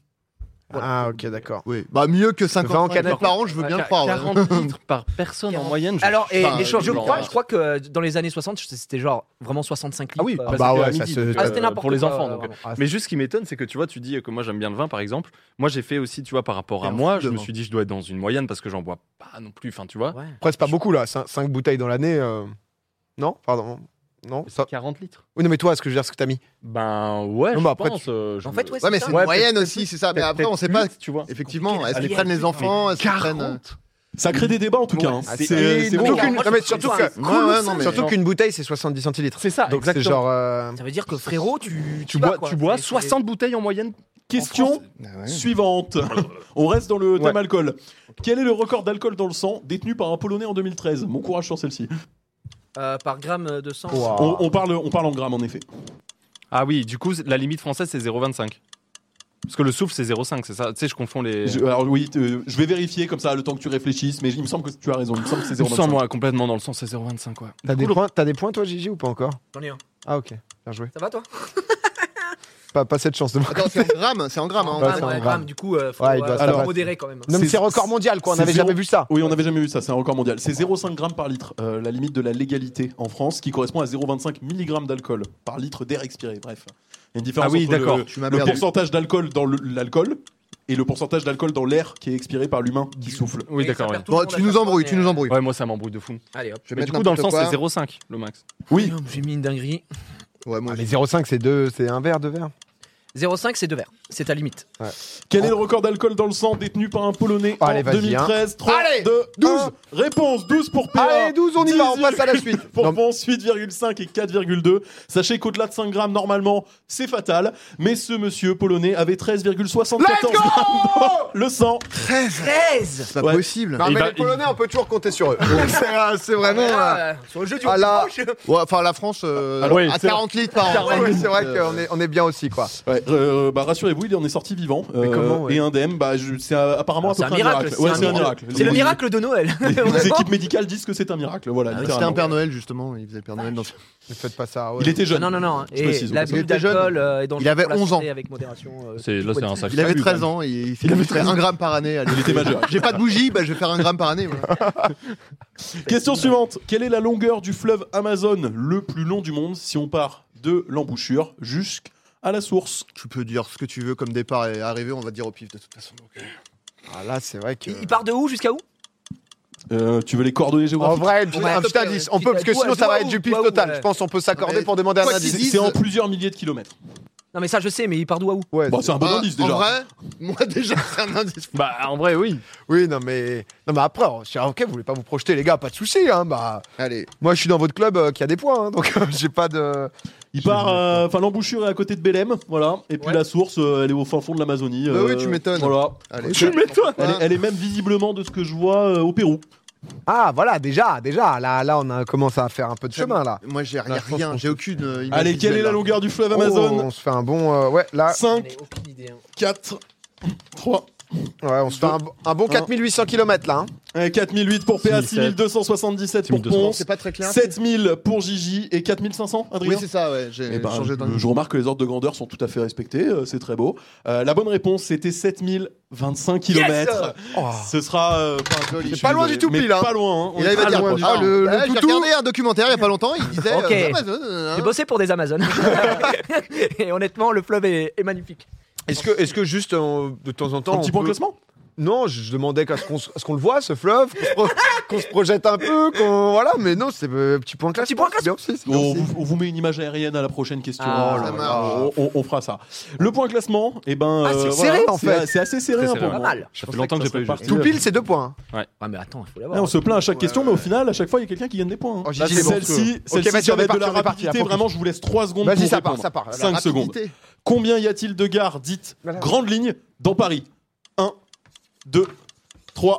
S1: Ah, ok, d'accord.
S2: Oui, bah mieux que 50
S1: Vin en canette.
S2: litres par an, je veux bien le croire. ouais.
S3: 40 litres par personne en moyenne. je-
S2: Ah,
S4: Alors, et,
S2: Enfin,
S4: et je, je
S2: genre,
S4: crois,
S2: euh,
S4: je crois que dans les années 60, c'était genre vraiment 65 litres.
S3: Ah oui,
S4: euh,
S1: Ah
S3: parce
S1: bah
S3: que
S1: ouais,
S3: à
S1: ça
S3: midi,
S1: se-
S3: donc,
S1: Ah,
S3: euh,
S4: c'était n'importe
S3: pour les
S4: quoi,
S3: enfants.
S4: euh,
S3: donc.
S4: vraiment.
S3: Mais juste ce qui m'étonne, c'est que tu vois, tu dis euh, que moi j'aime bien le vin par exemple. Moi j'ai fait aussi, tu vois, par rapport à
S2: T'es un
S3: moi,
S2: fou
S3: je
S2: de
S3: me
S2: vin.
S3: suis dit je dois être dans une moyenne parce que j'en bois pas non plus. Enfin, tu vois,
S1: Après, c'est pas beaucoup, là. 5, bouteilles dans l'année. euh, Non Pardon Non ça...
S3: 40 litres.
S1: Oui, non, mais toi, ce que je veux dire, ce que t'as mis.
S3: Ben ouais,
S1: Non,
S3: je
S1: mais après,
S3: pense. euh, je
S4: En
S3: me-
S4: fait, ouais,
S2: Ouais, mais
S4: ça.
S2: c'est
S3: Ouais,
S2: une moyenne
S3: peut-être
S2: aussi, c'est ça. Mais
S3: peut-être
S2: après, on sait pas.
S3: huit, tu vois.
S2: Effectivement,
S4: compliqué,
S2: est-ce qu'ils
S4: la
S2: prennent les enfants Est-ce qu'ils prennent. euh,
S5: Ça crée des débats en tout cas. hein.
S1: Ah,
S5: C'est-
S1: c'est
S5: C'est
S1: énorme.
S5: bon.
S1: Aucune-
S4: Moi,
S1: non, mais
S4: je
S1: surtout
S4: trouve ça
S1: que-
S2: Ouais, ouais, non, mais.
S1: Surtout qu'une bouteille, c'est 70 centilitres.
S3: C'est ça,
S1: Donc, c'est
S3: Ah, exactement.
S1: genre. euh,
S4: Ça veut dire que frérot, tu,
S3: Tu bois,
S4: quoi.
S3: tu bois
S4: C'est- c'est-
S3: 60 bouteilles en moyenne.
S5: Question
S2: Ah ouais.
S5: suivante. On reste dans le thème
S3: Ouais.
S5: alcool. Quel est le record d'alcool dans le sang détenu par un Polonais en 2013 Bon courage sur celle-ci.
S4: euh, par gramme de sang.
S1: Ouah.
S5: On, on parle, on parle en grammes en effet.
S3: Ah oui, du coup, la limite française c'est 0,25. Parce que le souffle c'est 0,5, c'est ça. Tu sais, je confonds les.
S5: Je- alors oui, euh, je vais vérifier comme ça le temps que tu réfléchisses, mais il me semble que tu as raison. Il me semble que c'est
S3: Je me
S5: 0,25.
S3: sens moi complètement dans le sens, c'est 0,25 quoi.
S1: T'as des, points, t'as des points, toi, Gigi, ou pas encore
S4: J'en ai un.
S1: Ah, ok. Bien joué.
S4: Ça va toi
S1: Pas, pas cette chance de moi.
S2: Attends, c'est en grammes, c'est en grammes. hein.
S1: Ouais,
S4: Gramme,
S1: c'est un
S4: ouais,
S1: gramme.
S4: gramme, Du coup, euh, faut
S1: Ouais, il doit-
S4: euh,
S1: ça
S4: faut
S1: va.
S4: modérer quand même.
S1: Non, mais
S5: C'est-
S1: c'est record mondial, quoi. On
S5: c'est
S1: n'avait
S5: zéro-
S1: jamais vu ça.
S5: Oui, on n'avait jamais vu ça, c'est un record mondial. C'est 0,5 grammes par litre, euh, la limite de la légalité en France, qui correspond à 0,25 mg d'alcool par litre d'air expiré. Bref, il y a une différence
S3: Ah oui,
S5: entre le-
S3: d'accord.
S2: Tu
S5: le,
S2: m'as perdu.
S5: pourcentage d'alcool dans le- l'alcool et le pourcentage d'alcool dans l'air qui est expiré par l'humain qui souffle.
S3: Oui, d'accord. Ouais.
S2: Bon, tu nous embrouilles, tu nous embrouilles.
S3: Ouais, moi ça m'embrouille de fou.
S4: Allez hop.
S2: Je vais
S3: Mais du
S2: mettre
S3: coup, dans le sens,
S2: n'importe
S3: c'est
S2: quoi.
S3: 0,5 le max.
S5: Oui,
S4: J'ai mis une dinguerie.
S2: Ouais, moi,
S1: Ah,
S2: j'ai-
S1: mais 0,5, c'est deux, c'est un verre, deux verres.
S4: 0,5 c'est deux verres. C'est ta limite.
S5: quel est le record d'alcool dans le sang détenu par un Polonais
S1: Allez,
S5: en
S1: vas-y, hein.
S5: 2013 3,
S1: Allez,
S5: 2, 12
S1: un.
S5: Réponse 12 pour PA.
S1: Allez, 12, on y va, on
S5: 18.
S1: passe à la suite.
S5: pour
S1: Non,
S5: Ponce, 8,5 et 4,2. Sachez qu'au-delà de 5 grammes, normalement, c'est fatal. Mais ce monsieur polonais avait 13,74 grammes dans le sang.
S4: 13
S2: c'est pas
S5: Ouais.
S2: possible.
S1: Non,
S3: Il
S1: mais
S3: va-
S1: les Polonais, on peut toujours compter sur eux. c'est euh, c'est vraiment. euh,
S4: Sur le jeu du
S1: Ah là.
S4: rouge.
S2: Ouais, Enfin, la France, euh,
S3: Ah ouais,
S2: à
S3: c'est-
S2: 40 litres par an.
S1: ouais, ouais, c'est vrai
S2: Euh,
S1: qu'on est, on est bien aussi, quoi.
S5: Ouais, euh, bah, rassurez-vous, il en est sorti vivant euh,
S1: comment, ouais.
S5: et indemne. Bah, je- c'est euh, apparemment à peu
S4: Ah, C'est un
S5: près
S4: miracle.
S5: Ouais, c'est un miracle.
S4: C'est le
S5: Les-
S4: miracle de Noël.
S5: Les, les
S4: Vraiment.
S5: équipes médicales disent que c'est un miracle. Voilà,
S2: Ah oui, C'était
S5: littéralement.
S2: un Père Noël, justement. Il faisait le Père Noël dans
S1: Ne faites pas ça. ouais.
S5: Il était jeune.
S4: Non, non, non. hein.
S5: Je
S4: Et
S5: précise,
S4: la
S5: au cas où.
S4: bulle
S2: Il était jeune.
S4: d'alcool euh, est dangereuse
S2: Il avait
S4: pour la
S2: 11
S4: santé
S2: ans.
S4: avec modération. euh,
S3: C'est- Là, c'est un sacré.
S2: Il avait
S3: abus,
S2: 13
S3: quand même.
S2: ans, il, il s'est dit, je fais un gramme par année. allez.
S5: Il était majeur.
S2: J'ai pas de bougie, bah je vais faire un gramme par année. moi.
S5: Question suivante. Quelle est la longueur du fleuve Amazon le plus long du monde si on part de l'embouchure jusqu'à la source
S2: Tu peux dire ce que tu veux comme départ et arrivée, on va dire au pif de toute façon. donc, euh,
S1: Ah, là, c'est vrai que.
S4: Il il part de où jusqu'à où
S5: Euh, Tu veux les coordonnées
S1: En
S5: géographiques
S1: vrai,
S4: Ouais,
S1: un
S4: s'il te
S1: petit
S4: plaît,
S1: indice.
S4: ouais.
S1: On peut, parce que
S4: Dis-toi-
S1: sinon, ça va
S4: dis-toi
S1: être
S4: où,
S1: du pif
S4: dis-toi où,
S1: total.
S4: ouais.
S1: Je pense qu'on peut s'accorder
S2: Ouais,
S1: pour demander un
S2: quoi
S1: indice.
S2: qu'ils disent-
S5: C'est en plusieurs milliers de kilomètres.
S4: Non, mais ça, je sais, mais il part d'où à où
S1: Ouais,
S5: Bon,
S1: c'est-
S5: c'est un bon
S2: bah,
S5: indice
S2: En
S5: déjà.
S2: vrai, moi déjà, c'est un indice.
S3: Bah, en vrai, oui.
S1: Oui, non, mais. Non, mais après, on- c'est- ok, vous voulez pas vous projeter, les gars, pas de soucis. Hein, bah,
S2: Allez,
S1: moi, je suis dans votre club euh, qui a des points, hein, donc j'ai pas de.
S5: Il part, euh, enfin l'embouchure est à côté de Belém, voilà. Et puis
S4: Ouais.
S5: la source, euh, elle est au fin fond de l'Amazonie. euh,
S2: Bah oui, tu m'étonnes.
S5: Voilà.
S2: allez.
S5: Tu
S2: m'étonnes
S5: Elle, est, elle est même visiblement de ce que je vois euh, au Pérou.
S1: Ah, voilà, déjà, déjà. Là, là, on a commencé à faire un peu de chemin, là.
S2: Moi, j'ai
S1: Là,
S2: rien,
S1: je pense
S2: rien,
S1: qu'on
S2: j'ai aucune. euh, image
S5: Allez, quelle est
S2: visuelle,
S5: la
S2: là.
S5: longueur du
S2: Oh.
S5: fleuve Amazon
S1: on se fait un bon. euh, ouais,
S2: Ah.
S1: là,
S5: 5,
S6: ai aucune idée. hein.
S5: 4, 3,
S1: ouais, on se fait un, bo- un bon 4800 km, là. hein.
S5: Eh, 4008 pour PA,
S3: 6007,
S5: 6277 pour
S3: 6200.
S2: Non,
S5: Ponce,
S2: hein. C'est pas très clair.
S5: 7000 pour Gigi et 4500,
S2: Oui,
S5: Adrien
S2: c'est ça, ouais. J'ai
S5: Eh ben,
S2: changé d'un.
S5: je remarque que les ordres de grandeur sont tout à fait respectés, euh, c'est très beau. Euh, la bonne réponse, c'était 7025 km.
S1: Oh.
S5: Ce sera euh, pas
S2: Ah, Joli.
S5: je suis
S1: pas loin
S5: désolé,
S1: du tout
S5: mais
S1: pile, hein.
S5: Pas loin. hein. On
S2: Et là,
S5: est
S2: il va
S5: pas
S2: dire
S5: loin.
S1: du
S2: ah,
S1: tout. Ah,
S2: le, le
S1: j'ai
S2: toutou. J'ai
S1: regardé
S2: regardé un documentaire il y a pas longtemps, il disait
S4: Ok.
S2: euh, Amazon, euh,
S4: J'ai
S2: hein.
S4: bossé pour des Amazones. et honnêtement, le fleuve est, est magnifique.
S1: Est-ce que, est que juste euh, de temps en temps.
S5: Un petit
S1: on
S5: point
S1: peut-
S5: classement
S1: Non, je, je demandais qu'à ce qu'on se- à ce qu'on le voit, ce fleuve, qu'on se pro- qu'on se projette un peu, qu'on. Voilà, mais non, c'est euh, petit point classement.
S4: Petit point
S1: c'est bien aussi, c'est bien
S5: On
S1: aussi.
S5: vous, on vous met une image aérienne à la prochaine question.
S4: Ah,
S5: Oh là
S2: ça
S5: là,
S2: marche.
S5: on, on- on fera ça. Le point classement, eh ben,
S1: Ah, c'est
S5: euh,
S1: serré, en
S5: c'est-
S1: fait.
S5: C'est assez serré
S3: Très
S5: hein,
S3: serré.
S5: pour
S4: Pas
S5: moi.
S4: mal.
S3: Ça fait longtemps que j'ai pas eu
S5: Partout.
S1: Tout pile, c'est deux points. hein.
S4: Ah, Oh, mais attends, il faut
S5: Ouais,
S4: l'avoir.
S5: on se plaint à chaque
S2: Ouais,
S5: question,
S2: ouais.
S5: mais au final, à chaque fois, il y a quelqu'un qui gagne des points. hein.
S1: Oh, Gigi,
S5: Là,
S1: c'est bon.
S5: Celle-ci,
S1: Ok,
S5: celle-ci,
S1: vas-y,
S5: ça
S1: on
S5: va
S1: est
S5: être
S1: parti,
S5: de la
S1: on est parti,
S5: rapidité.
S1: à fond.
S5: Vraiment, je vous laisse 3 secondes
S1: Vas-y,
S5: pour
S1: ça part,
S5: répondre.
S1: ça part.
S2: La
S5: 5 secondes.
S2: rapidité.
S5: Combien y a-t-il de gares dites
S1: Voilà.
S5: grande ligne dans Paris 1, 2, 3,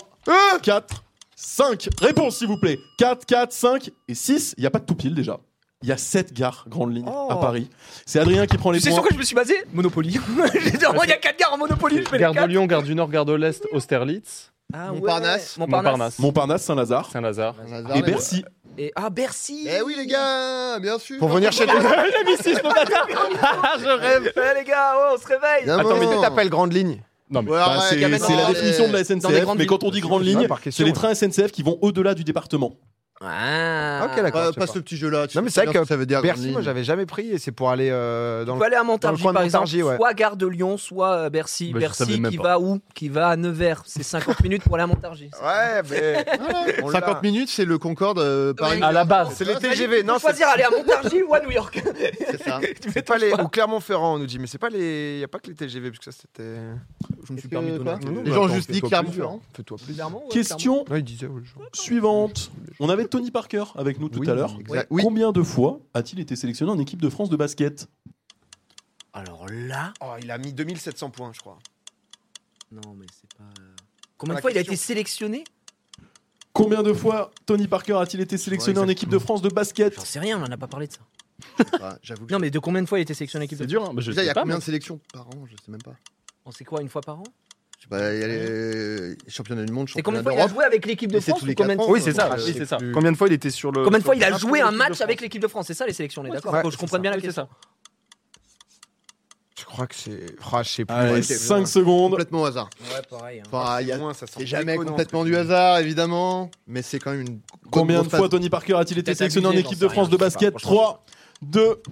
S5: 4, 5. Réponse, s'il vous plaît. 4, 4, 5 et 6. Il n'y a pas de tout pile déjà. Il y a 7 gares grande ligne à
S4: Oh.
S5: Paris. C'est Adrien qui prend les
S4: Tu sais
S5: points.
S4: sur quoi je me suis basé Monopoly. J'ai dit, au moins, il y a 4 gares en Monopoly, je fais les
S3: Gare de
S4: quatre.
S3: Lyon, Gare du Nord, Gare de l'Est, Austerlitz,
S4: Ah,
S2: Montparnasse.
S4: ouais.
S3: Montparnasse,
S5: Montparnasse, Saint-Lazare
S3: Saint-Lazare.
S2: Un hasard,
S5: et
S2: les gars.
S5: Bercy.
S4: Et, ah, Bercy
S2: Eh oui, les gars, bien sûr.
S1: Pour venir chez toi.
S4: Je rêve Eh, les gars, oh, on se réveille
S2: Évidemment.
S1: Attends, mais qu'est-ce que t'appelles grande ligne
S3: Non mais
S2: Ouais,
S5: Bah,
S2: Ah ouais,
S5: c'est
S2: gamin,
S5: c'est la
S2: dans
S5: définition
S2: les-
S5: de la
S4: dans les
S5: SNCF,
S4: grandes
S5: mais quand on
S1: villes.
S5: dit grande
S1: Je sais pas
S5: ligne,
S1: par question,
S5: c'est les
S1: ouais.
S5: trains SNCF qui vont au-delà du département.
S4: Ah
S1: Ok, d'accord.
S2: Euh,
S1: je sais
S2: pas
S1: pas.
S2: ce petit jeu-là. tu
S1: Non, mais c'est
S2: sais bien
S1: vrai
S2: ce
S1: que
S2: ça veut dire.
S1: Bercy,
S2: Grande
S1: moi
S2: Ligne.
S1: j'avais jamais pris et c'est pour aller euh, dans
S4: On
S1: le.
S4: peut aller à Montargis,
S1: coin de
S4: par
S1: Montargis,
S4: exemple,
S1: ouais.
S4: soit gare de Lyon, soit euh, Bercy.
S3: Bah, je savais
S4: Bercy
S3: même
S4: qui
S3: pas.
S4: va où Qui va à Nevers. C'est 50 minutes pour aller à Montargis.
S1: Ouais, mais. On l'a.
S2: 50 minutes, c'est le Concorde euh, Paris.
S3: À la base.
S1: C'est les TGV,
S4: Non,
S1: non,
S4: faut choisir aller à Montargis ou à New York.
S2: C'est ça.
S4: Tu fais
S1: c'est
S4: ton
S1: pas les.
S4: choix.
S1: Ou Clermont-Ferrand, on nous dit, mais c'est pas les. Y a pas que les TGV, parce que ça c'était.
S4: Je me suis
S2: Est-ce
S4: permis
S2: que-
S4: de donner un
S2: quoi
S4: peu de-
S2: Les gens juste disent Clermont.
S1: Fais-toi plaisir.
S4: Clairement, ouais,
S5: Question
S1: Ouais, ils disaient, ouais, genre.
S5: suivante. On avait Tony Parker avec nous tout
S1: Oui,
S5: à l'heure.
S2: exact.
S5: Oui.
S2: Oui.
S5: Combien de fois a-t-il été sélectionné en équipe de France de basket
S4: clairement. Alors là,
S1: Oh, il a mis 2700 points, je crois.
S4: non, mais c'est pas. euh, Combien
S1: La
S4: de fois il a
S1: question.
S4: été sélectionné
S5: Combien de fois Tony Parker a-t-il été sélectionné
S2: Ouais,
S5: en équipe de France de basket
S4: J'en sais rien, on en a pas parlé de ça.
S2: Ouais, Ah, J'avoue que.
S4: Non, mais de combien de fois il a été sélectionné équipe
S3: C'est
S4: de
S3: dur, hein. Bah, je
S2: Déjà, il y
S3: sais
S2: a
S3: pas.
S2: combien de sélections par an Je sais même pas.
S4: On sait quoi, une fois par an
S2: Je sais pas, il y a les championnats du monde,
S4: Et combien
S2: championnats
S4: de fois il a
S2: d'Europe.
S4: joué avec l'équipe de
S2: Et c'est
S4: France
S2: tous
S4: ou
S2: les
S4: combien de
S2: quatre
S4: fois
S2: ans.
S3: Oui, c'est ça,
S1: Je
S3: oui,
S1: sais
S3: Euh, c'est ça.
S1: plus.
S3: Combien de fois il était sur le
S4: Combien de
S3: sur
S4: fois
S3: le
S4: il a
S3: drapeau
S4: joué
S3: de
S4: un
S3: l'équipe de
S4: match
S3: France
S4: avec l'équipe de France C'est ça les sélections, on est d'accord
S1: ouais,
S4: Faut que Je
S1: c'est
S4: comprenne
S1: ça.
S4: bien la
S3: Oui, c'est
S4: question.
S1: Je crois que c'est. Ah, je sais plus.
S5: Allez,
S1: Ouais, c'est-
S5: 5 secondes.
S2: Complètement au hasard.
S4: Ouais, pareil. hein.
S2: Enfin, il y a-
S1: Moins, ça sent
S2: c'est jamais
S1: déconnant,
S2: complètement
S1: ce
S2: du
S1: truc.
S2: hasard, évidemment, mais c'est quand même une.
S5: Combien de
S2: grosse phase.
S5: fois Tony Parker a-t-il été
S4: Peut-être
S5: sélectionné en
S4: abusé,
S5: équipe
S4: j'en
S5: de
S4: sais
S5: France
S4: rien,
S5: de
S4: je sais
S5: basket
S4: pas,
S5: 3, 2,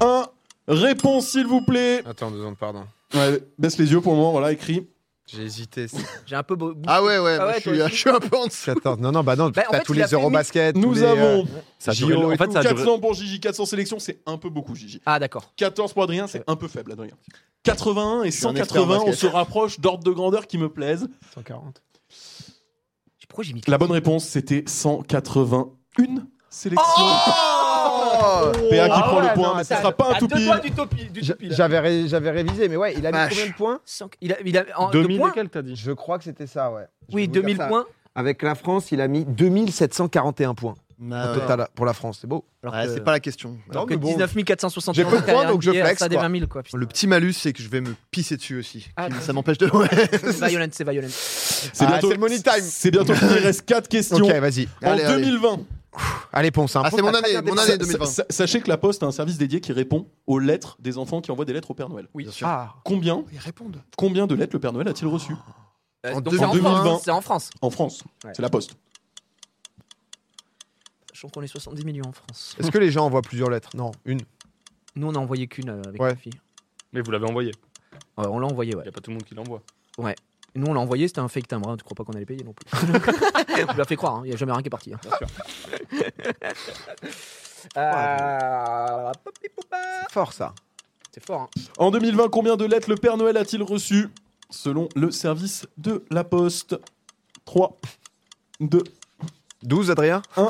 S5: 1. Réponse, s'il vous plaît.
S1: Attends, deux secondes, pardon.
S5: Ouais, baisse les yeux pour le moment, voilà, écrit.
S1: J'ai hésité.
S4: J'ai un peu. beau-
S2: Ah ouais, ouais,
S4: Ah
S2: moi,
S4: ouais,
S2: je, suis,
S4: toi
S2: je suis un peu en dessous.
S1: 14. Non, non, bah non,
S4: Bah, en
S1: t'as
S4: fait,
S1: tous
S4: il a
S1: les
S4: fait une-
S1: Eurobasket. tous
S5: Nous
S1: les, euh,
S5: avons
S3: Ça a duré-
S5: JO,
S3: En fait, ça a
S5: 400
S3: duré.
S5: pour Gigi, 400 sélections, c'est un peu beaucoup, Gigi.
S4: Ah d'accord.
S5: 14 pour Adrien, c'est un peu faible, Adrien. 81 et
S2: suis un expert en
S5: 180, on
S2: basket.
S5: se rapproche d'ordre de grandeur qui me plaise.
S1: 140.
S4: Pourquoi j'ai mis
S5: La bonne réponse, c'était 181 sélections.
S2: Oh
S5: PA qui
S4: Ah
S5: prend
S4: ouais,
S5: le point,
S4: non,
S5: mais ce
S4: attends,
S5: sera pas un
S4: à
S5: tout
S4: deux doigts
S5: pile.
S4: du topi- du
S1: J'a-
S4: topi, là.
S1: J'avais ré- j'avais révisé, mais ouais, il a mis
S2: Vache.
S1: combien de points
S4: Cinq- Il a, il a- en- de
S3: 2000
S4: points
S3: et quelques, t'as dit
S1: Je crois que c'était ça, ouais. Je vais
S4: Oui,
S1: vous dire
S4: 2000
S1: ça.
S4: points.
S1: Avec la France, il a mis 2741 points
S2: Bah
S1: au
S2: ouais.
S1: total pour la France. C'est beau.
S4: Alors
S2: Ouais,
S4: que-
S2: C'est pas la question.
S1: Non,
S4: que
S1: mais bon.
S4: 19 461
S1: J'ai peu de
S4: t'as
S1: points, donc je
S4: arrivé à
S1: flexe,
S4: Ça des
S1: quoi.
S4: 20 000 quoi. putain.
S2: Le petit malus, c'est que je vais me pisser dessus aussi.
S4: Ah,
S2: Qui-
S4: d'accord.
S2: ça m'empêche de. Ouais.
S4: C'est violent, c'est violent.
S5: C'est
S1: Ah,
S5: bientôt,
S1: c'est le money time.
S5: C'est bientôt fini, il reste 4 questions.
S1: Ok, vas-y.
S5: En
S2: Allez, allez.
S5: 2020,
S1: Allez, ponce un
S2: Ah,
S1: ponce,
S2: c'est mon
S1: t'as
S2: année,
S1: très bien
S2: mon
S1: démarré.
S2: année. 2020.
S5: sa- sa- sachez que la Poste a un service dédié qui répond aux lettres des enfants qui envoient des lettres au Père Noël.
S4: Oui.
S2: Bien sûr.
S1: Ah,
S5: Combien,
S2: Ils répondent.
S5: combien de lettres le Père Noël a-t-il reçu
S4: Euh,
S2: En
S4: donc c'est
S5: 2020.
S4: France, C'est en France.
S5: en France
S4: Ouais.
S5: C'est la Poste.
S4: Je crois qu'on est 70 millions en France.
S1: est-ce que les gens envoient plusieurs lettres Non, une.
S4: Nous on a envoyé qu'une euh, avec
S1: Ouais.
S4: ma fille.
S3: Mais vous l'avez envoyé.
S4: Ouais, on l'a envoyé, ouais.
S3: Il y a pas tout le monde qui l'envoie.
S4: Nous on l'a envoyé, c'était un fake timbre. hein, Tu crois pas qu'on allait payer non plus On l'a fait croire, hein, il y a jamais rien qui est parti. hein. Euh,
S1: Fort ça.
S4: C'est fort. hein.
S5: En 2020, combien de lettres le Père Noël a-t-il reçu selon le service de la Poste 3, 2,
S1: 12, Adrien
S2: Ouais,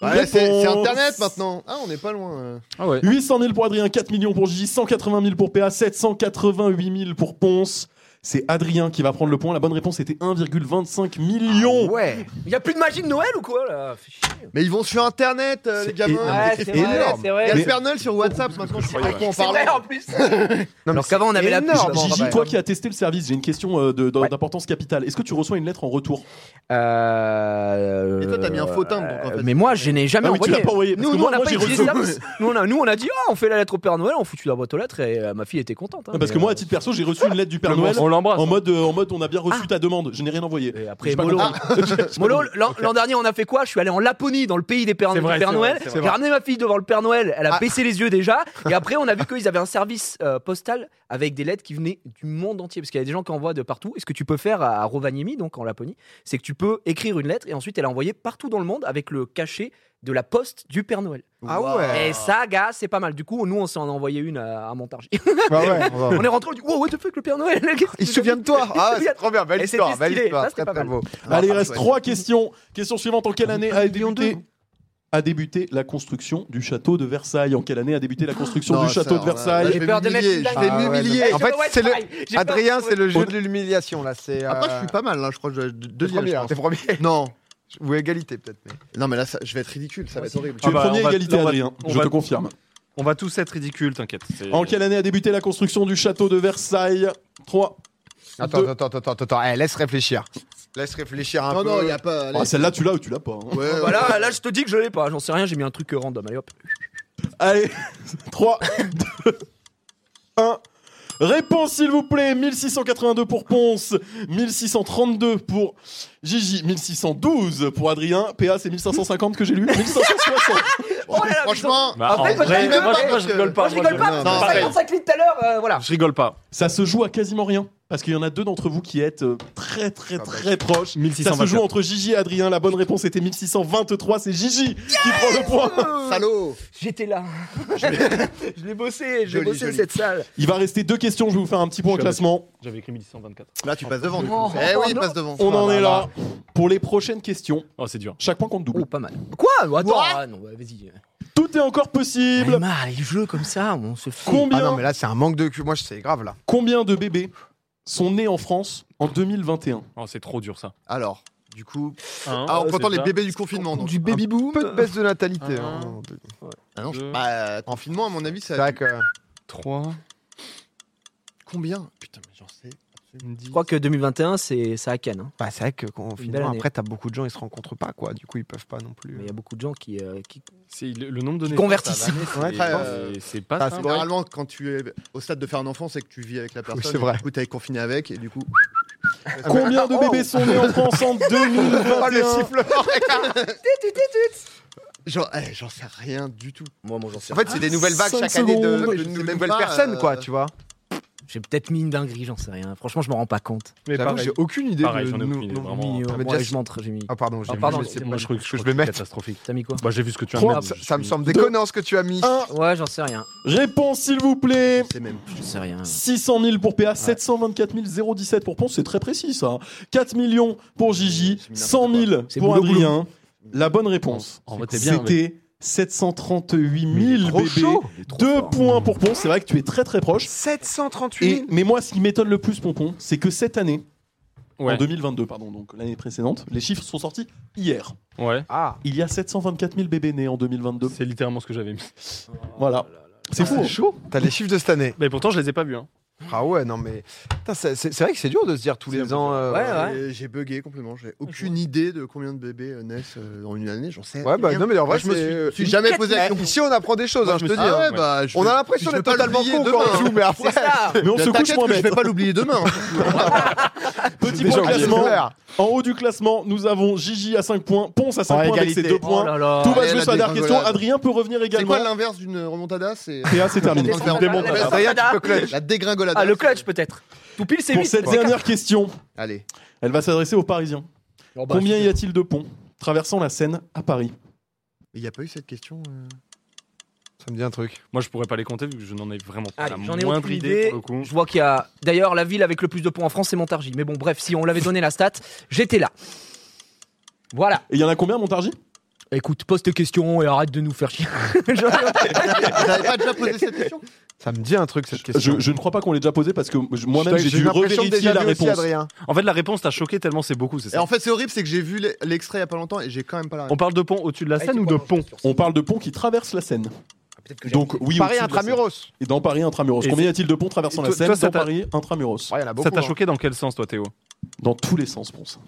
S2: c'est c'est
S5: Réponse.
S2: Internet maintenant. Ah, on n'est pas loin. euh.
S3: Ah ouais.
S5: 800 000 pour Adrien, 4 millions pour Gigi, 180 000 pour PA, 788 000 pour Ponce, C'est Adrien qui va prendre le point. La bonne réponse était 1,25 million.
S4: Ouais. Il y a plus de magie de Noël ou quoi là Fais chier.
S2: Mais ils vont sur internet, euh, les gamins.
S5: énorme.
S4: Ouais,
S2: mais
S4: c'est vrai,
S2: énorme.
S4: c'est vrai.
S2: Il y a
S5: Mais-
S2: Super Noël sur WhatsApp maintenant, je sais pas
S3: incroyable.
S2: de quoi on
S4: C'est
S2: parle.
S4: vrai en plus. Alors qu'avant on avait la puce.
S1: énorme,
S4: je m'en
S5: Gigi,
S4: rappelle.
S5: toi qui as testé le service, j'ai une question euh, de- de-
S4: bah, Ouais.
S5: d'importance capitale. Est-ce que tu reçois une lettre en retour
S4: Euh,
S2: Et toi, t'as mis un faux timbre, donc,
S5: Euh,
S2: en fait.
S4: Mais moi, je n'ai jamais
S5: Ah oui, tu
S4: envoyé.
S5: l'as pas envoyé. parce
S4: Nous,
S5: que
S4: nous,
S5: moi,
S4: on n'a
S5: moi,
S4: pas
S5: j'ai
S4: utilisé ça.
S5: reçu-
S4: parce- Nous, on a- nous, on a dit, ah, on fait la lettre au Père Noël, on fout la boîte aux lettres et euh, ma fille était contente. hein,
S5: Non, Parce
S4: mais,
S5: que moi,
S4: euh,
S5: à titre perso, j'ai reçu une lettre du Père
S3: Le
S5: Noël
S3: monstre, Ah, on l'embrasse.
S5: en mode, euh, en mode on a bien reçu ta demande. Je n'ai rien envoyé.
S4: et Ah. après,
S5: J'ai pas
S4: Molo,
S5: compris.
S4: Molo, l'an l'an dernier, on a fait quoi Je suis allé en Laponie, dans le pays des Pères,
S3: C'est
S4: du
S3: vrai,
S4: Père
S3: c'est
S4: Noël.
S3: vrai, c'est
S4: J'ai
S3: vrai.
S4: ramené ma fille devant le Père Noël. Elle a
S2: Ah.
S4: baissé les yeux déjà. Et après, on a vu qu'ils avaient un service euh, postal avec des lettres qui venaient du monde entier. Parce qu'il y a des gens qui envoient de partout. Et ce que tu peux faire à Rovaniemi, donc en Laponie, c'est que tu peux écrire une lettre et ensuite elle a envoyée partout dans le monde avec le cachet de la poste du Père Noël.
S1: Ah
S2: Wow.
S1: ouais.
S4: Et ça, gars, c'est pas mal. Du coup, nous, on s'en a envoyé une à, à Montargis.
S1: Bah ouais.
S4: on est rentré, on dit, wow, what the fuck, le Père Noël qu'est-ce que
S1: Il
S4: tu
S1: se souvient de toi.
S4: Il se
S1: Ah,
S4: souvient
S1: c'est
S4: de-
S1: trop bien. Belle
S4: Et c'était
S1: histoire. Belle
S4: stylé.
S1: histoire.
S4: Ça, c'était
S1: Très,
S4: pas
S1: très beau.
S4: mal.
S5: Allez, il
S1: Ah,
S5: reste
S1: ouais.
S5: trois questions. Question suivante. En quelle année a débuté,
S1: deux.
S5: a débuté la construction du château de Versailles En quelle année a débuté la construction
S2: Non,
S5: du
S2: ça,
S5: château de
S2: on a- là,
S5: Versailles
S2: je
S4: J'ai
S2: vais
S4: peur de
S2: m'humilier,
S4: mettre
S2: Je
S4: une Ah
S2: vais
S1: blague.
S2: m'humilier.
S4: Hey,
S1: En
S4: je
S1: fait,
S4: vois,
S1: c'est le-
S4: pareil. J'ai peur
S1: Adrien,
S4: de-
S1: c'est le jeu de l'humiliation là. C'est.
S2: Après, je
S1: euh,
S2: suis pas mal, là, je crois que je dois-
S1: t'es
S2: deuxième.
S1: premier.
S2: je
S1: hein, T'es
S2: pense.
S1: premier.
S2: Non,
S1: Ou égalité peut-être. mais-
S2: non, mais là, ça- je vais être ridicule, ça va être horrible.
S5: Tu es
S3: Ah bah,
S5: premier
S3: on va-
S5: égalité,
S3: on va-
S5: Adrien.
S3: on
S5: Je
S3: va-
S5: te confirme.
S3: On va tous être ridicules, t'inquiète. c'est-
S5: En quelle année a débuté la construction du château de Versailles 3.
S1: Attends,
S5: Deux.
S1: attends, attends, attends, attends. Eh, laisse réfléchir. Laisse réfléchir un
S2: Non,
S1: peu.
S2: non, il y a pas. allez.
S5: Ah, Celle-là, tu l'as ou tu l'as pas hein.
S2: Ouais, ouais.
S4: Oh, Voilà, là, je te dis que je l'ai pas. J'en sais rien, j'ai mis un truc random. Allez hop.
S5: Allez, 3, 2, 1. Réponse, s'il vous plaît. 1682 pour Ponce, 1632 pour Gigi, 1612 pour Adrien. PA, c'est 1550 que j'ai lu. 1560.
S4: Oh là là,
S2: Franchement,
S3: Bah, en
S4: Après, toi, tu
S3: vrai,
S4: rigoles
S3: moi,
S4: pas,
S3: je- moi,
S2: parce
S3: je
S2: que-
S3: rigole
S4: Moi,
S3: pas.
S4: je rigole
S3: moi,
S4: pas.
S3: je-
S2: Non,
S4: ça
S2: pareil.
S4: fait 45 litres tout à l'heure, euh, voilà.
S3: Je rigole pas.
S5: Ça se joue à quasiment rien. Parce qu'il y en a deux d'entre vous qui êtes euh, très, très, très proches. Ça se
S3: 1624.
S5: joue entre Gigi et Adrien. La bonne réponse était 1623. C'est Gigi qui prend le point.
S2: salaud.
S4: J'étais là. je l'ai bossé, je l'ai
S2: Joli,
S4: bossé
S2: joli.
S4: cette salle.
S5: Il va rester deux questions. Je vais vous faire un petit point
S3: Je suis
S5: classement.
S3: J'avais écrit 1624.
S2: Là, tu passes devant. du
S4: Oh,
S2: coup. Eh oui, il
S4: non.
S2: passe devant.
S5: On en
S3: Ah,
S5: est
S3: là,
S5: là pour les prochaines questions.
S3: Oh, c'est dur.
S5: Chaque point compte double.
S4: Oh, pas mal. Quoi Attends,
S2: What
S4: ah non, bah, vas-y.
S5: Tout est encore possible.
S4: Neymar, les jeux comme ça, on se fout.
S5: Combien,
S1: Ah non, mais là, c'est un manque de cul. Moi, je- c'est grave là.
S5: combien de bébés sont nés en France en 2021
S3: Oh, c'est trop dur ça.
S2: Alors, du coup.
S3: Un,
S2: Ah, on
S3: c'est
S2: prétend les
S3: ça.
S2: bébés du confinement. donc.
S1: Du baby boom. Peu de baisse de natalité.
S3: Un.
S1: hein.
S2: Ah non, je-
S3: Deux.
S2: bah, euh, confinement, à mon avis,
S1: C'est
S2: ça.
S1: vrai que.
S3: Trois.
S2: Combien Putain, mais j'en sais.
S4: Je crois que 2021, c'est ça à Cannes. hein.
S1: Bah, c'est vrai que
S4: belle
S1: confinement,
S4: année.
S1: après, t'as beaucoup de gens, ils se rencontrent pas, quoi. Du coup, ils peuvent pas non plus.
S4: Mais il y a beaucoup de gens qui, euh, qui-
S3: C'est le, le nombre de
S4: Qui
S3: naissances
S4: convertissent.
S3: à l'année, c'est-
S1: Ouais,
S2: très,
S3: c'est-
S2: euh,
S3: c'est pas
S1: ça,
S3: simple.
S2: Généralement, quand tu es au stade de faire un enfant, c'est que tu vis avec la personne.
S1: c'est vrai.
S2: et Du coup, t'es confiné avec, et du coup.
S3: Ah,
S5: Combien de bébés sont nés en France en
S1: Oh,
S2: oh,
S5: 2021
S1: siffleur
S2: Genre, eh, j'en sais rien du tout.
S6: Moi, moi, j'en sais
S1: En fait, c'est des nouvelles vagues
S5: Cinq
S1: chaque année de,
S5: secondes.
S1: euh, de
S2: Je sais même
S1: nouvelles
S2: pas,
S1: personnes,
S2: euh,
S1: quoi, tu vois.
S4: j'ai peut-être mis une dinguerie, j'en sais rien. Franchement, je m'en rends pas compte.
S3: Mais
S1: J'avoue,
S3: pareil.
S1: j'ai aucune idée
S3: Pareil,
S1: de
S3: j'en ai
S1: nous-
S3: aucune idée,
S1: nous-
S3: vraiment.
S4: Mis, euh,
S1: Ah, mais
S4: moi,
S1: déjà,
S4: je m'entre, j'ai mis.
S1: Ah, pardon, j'ai
S4: Ah, pardon,
S1: je
S4: c'est
S1: sais
S4: moi,
S1: pas
S3: Moi, je crois que
S1: ce que je
S3: crois
S1: vais
S3: que c'est
S1: mettre.
S3: catastrophique.
S4: T'as mis quoi
S3: Bah, j'ai vu ce que tu as
S5: Trois.
S3: mis.
S1: Ça, ça me semble
S5: Deux.
S1: déconnant ce que tu as mis.
S5: Un.
S4: Ouais, j'en sais rien.
S5: Réponse, s'il vous plaît.
S2: C'est même.
S4: J'en sais rien.
S5: 600 000 pour PA, 724 017 pour Ponce, c'est très précis ça. 4 millions pour Gigi, 100 000
S4: C'est
S5: pour
S4: boulot, boulot.
S5: Adrien. La bonne réponse,
S3: En vrai, t'es bien,
S5: c'était 738 000
S1: Trop
S5: bébés.
S1: chaud.
S5: Deux points pour Ponce, c'est vrai que tu es très très proche.
S1: 738
S5: Et,
S1: 000
S5: mais moi, ce qui m'étonne le plus, Pompon, c'est que cette année, en
S3: Ouais.
S5: 2022, pardon, donc l'année précédente, les chiffres sont sortis hier.
S3: Ouais.
S1: Ah,
S5: Il y a 724 000 bébés nés en 2022.
S3: C'est littéralement ce que j'avais mis.
S5: Voilà. C'est fou.
S1: Ah,
S5: hein.
S1: c'est chaud. T'as les chiffres de cette année.
S3: Mais pourtant, je les ai pas vus. hein.
S1: Ah ouais, non mais. Putain, c'est- C'est c'est vrai que c'est dur de se dire tous les ans. euh,
S4: Ouais,
S5: Ah,
S4: ouais.
S2: Et J'ai bugué complètement. J'ai aucune idée de combien de bébés euh, naissent euh, dans une année. J'en sais.
S1: Ouais, bah
S2: rien.
S1: non, mais en vrai,
S2: je me suis-
S1: c'est- euh,
S2: je suis jamais
S1: Une
S2: posé la
S1: quête-
S2: question.
S1: Ici, on apprend des choses,
S3: Moi,
S1: hein,
S3: je
S1: je
S3: me
S1: te
S3: suis
S1: dis.
S3: dit,
S1: hein.
S3: ouais,
S2: bah, je
S1: On
S2: vais-
S1: a l'impression
S2: je vais
S1: d'être
S2: pas
S1: totalement
S2: l'oublier
S1: con quand
S2: demain,
S1: on joue, mais après.
S4: C'est ça
S5: Mais on se couche
S2: T'inquiète
S5: moins
S2: que je
S5: bête.
S2: vais pas l'oublier demain.
S5: Petit
S1: Déjà,
S5: point
S1: on est
S5: classement.
S1: clair.
S5: En haut du classement, nous avons Gigi à 5 points, Ponce à 5
S2: Ouais,
S5: points
S2: égalité.
S5: avec ses 2
S4: Oh
S5: points.
S4: là là.
S5: Tout va
S2: Allez,
S5: jouer
S2: la
S5: sur la dernière question.
S2: dégringolade.
S5: Adrien peut revenir
S2: C'est
S5: également.
S2: quoi l'inverse d'une remontada C'est
S5: PA, c'est terminé.
S2: Descends.
S4: La
S1: Adrien, tu
S4: sortada.
S1: peux clutch.
S2: la dégringolade.
S4: Ah, le clutch peut-être. Tout pile, c'est
S5: Pour
S4: 8.
S5: cette dernière question,
S2: Allez.
S5: elle va s'adresser aux Parisiens. Combien y a-t-il de ponts traversant la Seine à Paris
S2: Il n'y a pas eu cette question. euh,
S1: Ça me dit un truc.
S3: Moi, je pourrais pas les compter vu que je n'en ai vraiment pas
S4: Allez,
S3: la
S4: j'en ai
S3: moindre
S4: aucune
S3: idée.
S4: idée.
S3: pour le coup.
S4: Je vois qu'il y a. D'ailleurs, la ville avec le plus de ponts en France, c'est Montargis. Mais bon, bref, si on l'avait donné la stat, j'étais là. Voilà.
S5: Et il y en a combien à Montargis
S4: Écoute, pose tes questions et arrête de nous faire chier.
S2: J'avais pas déjà posé cette question
S1: Ça me dit un truc cette question.
S5: Je, je ne crois pas qu'on l'ait déjà posé parce que je- moi-même
S1: Putain,
S5: j'ai dû
S1: l'impression de déjà
S5: revérifier la
S1: vu aussi,
S5: réponse.
S1: Adrien.
S3: En fait, la réponse t'a choqué tellement c'est beaucoup, c'est
S2: Et
S3: ça
S2: en fait, c'est horrible, c'est que j'ai vu l'e- l'extrait il y a pas longtemps et j'ai quand même pas la
S3: On
S2: réponse.
S3: parle de pont au-dessus de la
S6: Ah,
S3: Seine
S6: il
S3: ou
S6: était
S3: de
S6: pas dans
S3: pont
S6: le sur-
S5: On parle de ponts qui traversent la Seine.
S6: Ah, Peut-être que j'ai-
S5: Donc oui,
S1: Paris
S5: au-dessus de la Seine.
S1: intramuros.
S5: Et dans Paris intramuros.
S3: Et
S5: Combien y a-t-il de ponts traversant
S3: Et
S5: la
S3: toi-
S5: Seine
S3: toi, ça
S5: dans
S3: t'a-
S5: Paris intramuros
S1: Ouais, il y en a beaucoup.
S3: Ça t'a
S1: hein.
S3: choqué dans quel sens, toi, Théo
S5: Dans tous les sens, pense.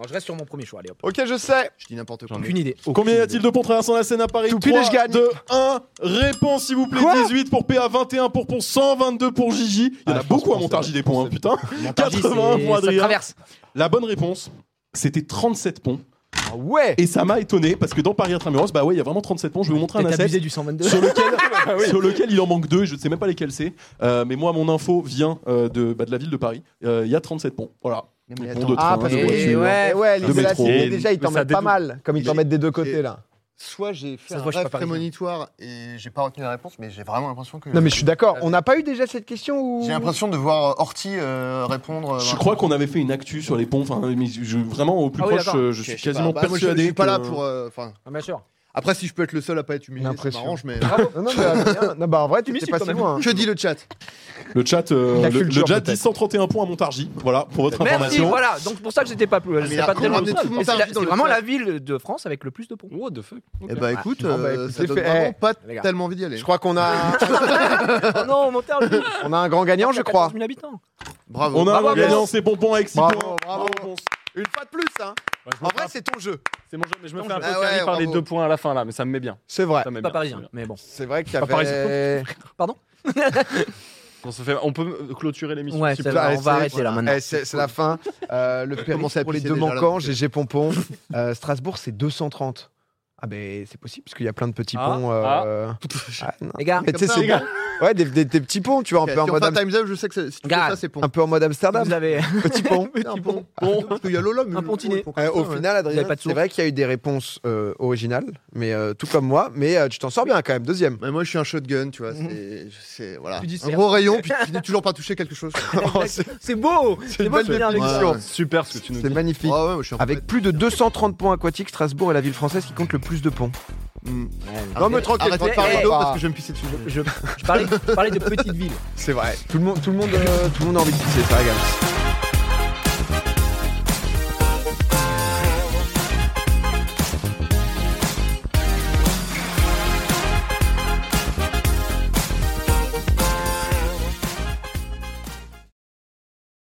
S6: Non, je reste sur mon premier choix, allez hop.
S1: Ok, je sais.
S2: Je dis n'importe quoi.
S3: J'en ai-
S4: Aucune idée.
S5: Combien y a-t-il de ponts traversant la Seine à Paris
S1: Tout pile et je gagne.
S5: 2, 1. Réponse, s'il vous plaît. 18 pour PA, 21 pour Pont, 122 pour Gigi. Il y en
S1: Ah,
S5: a
S1: je pense
S5: beaucoup à
S1: qu'on
S5: Montargis
S1: sait.
S5: des ponts, hein, putain.
S4: Targi,
S5: 81
S4: c'est-
S5: pour
S4: ça
S5: Adrien.
S4: traverse.
S5: La bonne réponse, c'était 37 ponts.
S1: Ah ouais.
S5: Et ça m'a étonné parce que dans Paris intramuros, bah ouais, il y a vraiment 37 ponts. Je vais vous montrer un
S4: T'as
S5: asset.
S4: abusé Ah du 122.
S5: sur lequel,
S4: bah
S5: sur lequel il en manque deux, et je ne sais même pas lesquels c'est. Euh, mais moi, mon info vient euh, de, bah, de la ville de Paris. Euh, Il y a 37 ponts. Voilà. Des ponts de
S1: Ah,
S5: train,
S1: parce
S5: de
S1: que-
S5: voiture.
S4: Et ouais.
S1: Eh ouais, les
S5: De métro.
S1: élastiques, mais déjà, ils
S3: Mais
S1: t'en
S3: ça
S1: mettent pas
S3: dédou-
S1: mal, comme ils t'en
S2: Et-
S1: mettent des deux
S2: et-
S1: côtés là.
S2: Soit j'ai fait
S4: Ça se
S2: un
S4: voit, je suis
S2: rêve
S4: pas parisien.
S2: prémonitoire et j'ai pas retenu la réponse, mais j'ai vraiment l'impression que.
S1: Non, mais je suis d'accord. On n'a pas eu déjà cette question Ah, où.
S2: J'ai l'impression de voir euh, Horty euh, répondre. euh,
S5: Je
S2: voilà.
S5: crois qu'on avait fait une actu sur les ponts. Enfin, mais je- je- vraiment, au plus
S4: Ah oui,
S5: proche,
S4: d'accord.
S5: euh, je suis
S6: Je sais pas.
S5: quasiment
S2: Bah, moi, je, je
S5: persuadé.
S2: suis pas là
S5: que-
S2: pour. euh, Enfin,
S4: Ah, bien sûr.
S2: après, si je peux être le seul à pas être humilié, ça
S1: L'impression.
S2: m'arrange, mais.
S1: Non, non, mais Adrien- non, bah en vrai, tu
S4: Humilde,
S1: t'es pas
S4: quand
S1: si
S4: même.
S1: loin. hein.
S2: Que dit le chat
S5: Le chat, euh,
S1: La
S5: le,
S1: culture,
S5: le chat
S1: peut-être.
S5: dit 131 points à Montargis. Voilà, pour votre
S4: Merci,
S5: information.
S4: voilà. Donc c'est pour ça que j'étais pas plus.
S2: mais
S4: j'étais
S2: il a
S4: pas tellement
S2: ramené tout le
S4: Mais
S2: monde
S4: C'est la-
S2: dans
S4: c'est
S2: le
S4: vraiment
S2: chat.
S4: la ville de France avec le plus Oh, de ponts.
S3: What the fuck
S2: Eh bah écoute,
S1: Ah, bah,
S2: euh,
S1: écoute,
S2: ça
S1: c'est
S2: donne
S1: fait.
S2: vraiment
S1: Eh,
S2: pas
S4: les gars.
S2: tellement envie d'y aller.
S1: Je crois qu'on a,
S4: Oh non, Montargis.
S1: on a un grand gagnant, je crois.
S4: 14 000 habitants.
S2: Bravo.
S5: On a
S4: Bravo,
S5: un gagnant,
S4: bravo.
S5: c'est bonbon avec 6 points.
S1: Bravo, bravo. Une fois de plus, hein. En vrai, c'est ton jeu.
S3: c'est mon jeu, mais je me fais un peu
S2: Ah
S3: carré
S2: ouais,
S3: par les
S2: bravo.
S3: deux points à la fin là, mais ça me met bien.
S1: C'est vrai.
S3: Ça me met
S4: Pas
S3: bien, ça me
S4: parisien,
S3: met
S4: mais bon.
S1: C'est vrai qu'il y
S3: Pas pareil,
S1: avait.
S3: bien. On se fait, on peut euh, clôturer l'émission.
S4: Ouais,
S3: s'il
S4: ça
S3: vous
S4: va.
S3: plaît.
S4: Alors,
S1: Ouais,
S4: on
S1: c'est-
S4: va arrêter là
S1: Eh,
S4: maintenant.
S1: c'est c'est la fin. Euh, le père
S2: Comment
S1: s'appelait
S2: s'appelait
S1: Deux
S2: déjà, là
S1: Manquants, GG Pompon. Euh, Strasbourg, c'est 230. Ah, ben c'est possible, parce qu'il y a plein de petits
S3: Ah,
S1: ponts. euh, ah, non.
S4: Les gars,
S1: Mais tu sais,
S2: Comme ça,
S1: c'est
S2: les gars.
S1: Ouais, des, des- des petits ponts, tu vois, un
S2: Ok,
S1: peu en
S2: si on
S1: mode,
S2: fait
S1: Am-
S2: Time's Up, je sais que c'est- si tu fais
S4: Garde.
S2: ça, c'est pont.
S1: un peu en mode Amsterdam.
S4: vous avez
S1: Petit pont.
S2: C'est un pont.
S4: Bon.
S2: Parce qu'il y a l'Olom.
S4: Un
S2: le-
S4: pontinet.
S2: le-
S1: Euh, au
S4: Ouais,
S1: final,
S4: Vous
S1: Adrien,
S4: avez pas de
S1: c'est
S4: source.
S1: vrai qu'il y a eu des réponses euh, originales, mais euh, tout comme moi, mais euh, tu t'en sors bien quand même, deuxième.
S2: Mais moi, je suis un shotgun, tu vois.
S4: Mhm.
S2: C'est, c'est- voilà.
S4: Tu dis
S2: un
S4: certes.
S2: gros rayon, puis tu n'es toujours pas touché quelque chose.
S4: Oh,
S2: Oh,
S4: C'est beau. C'est
S1: une
S4: beau de
S1: belle
S4: finir avec
S1: définition.
S2: Ouais, ouais.
S3: Super ce que tu nous
S1: C'est
S3: dis.
S1: magnifique.
S2: Ah ouais, moi, je suis un
S1: Avec plus de 230 ponts aquatiques, Strasbourg est la ville française qui compte le plus de ponts.
S2: hmm.
S1: Non, mais tranquille,
S2: Arrête de
S4: tranquille.
S2: parler
S4: Eh,
S2: d'eau
S1: eh,
S2: parce que je vais me pisser dessus.
S4: Je, je parlais, je parlais de petites villes.
S1: Ah. C'est vrai. Tout le monde, tout le monde, euh, tout le monde a envie de pisser, ça regarde.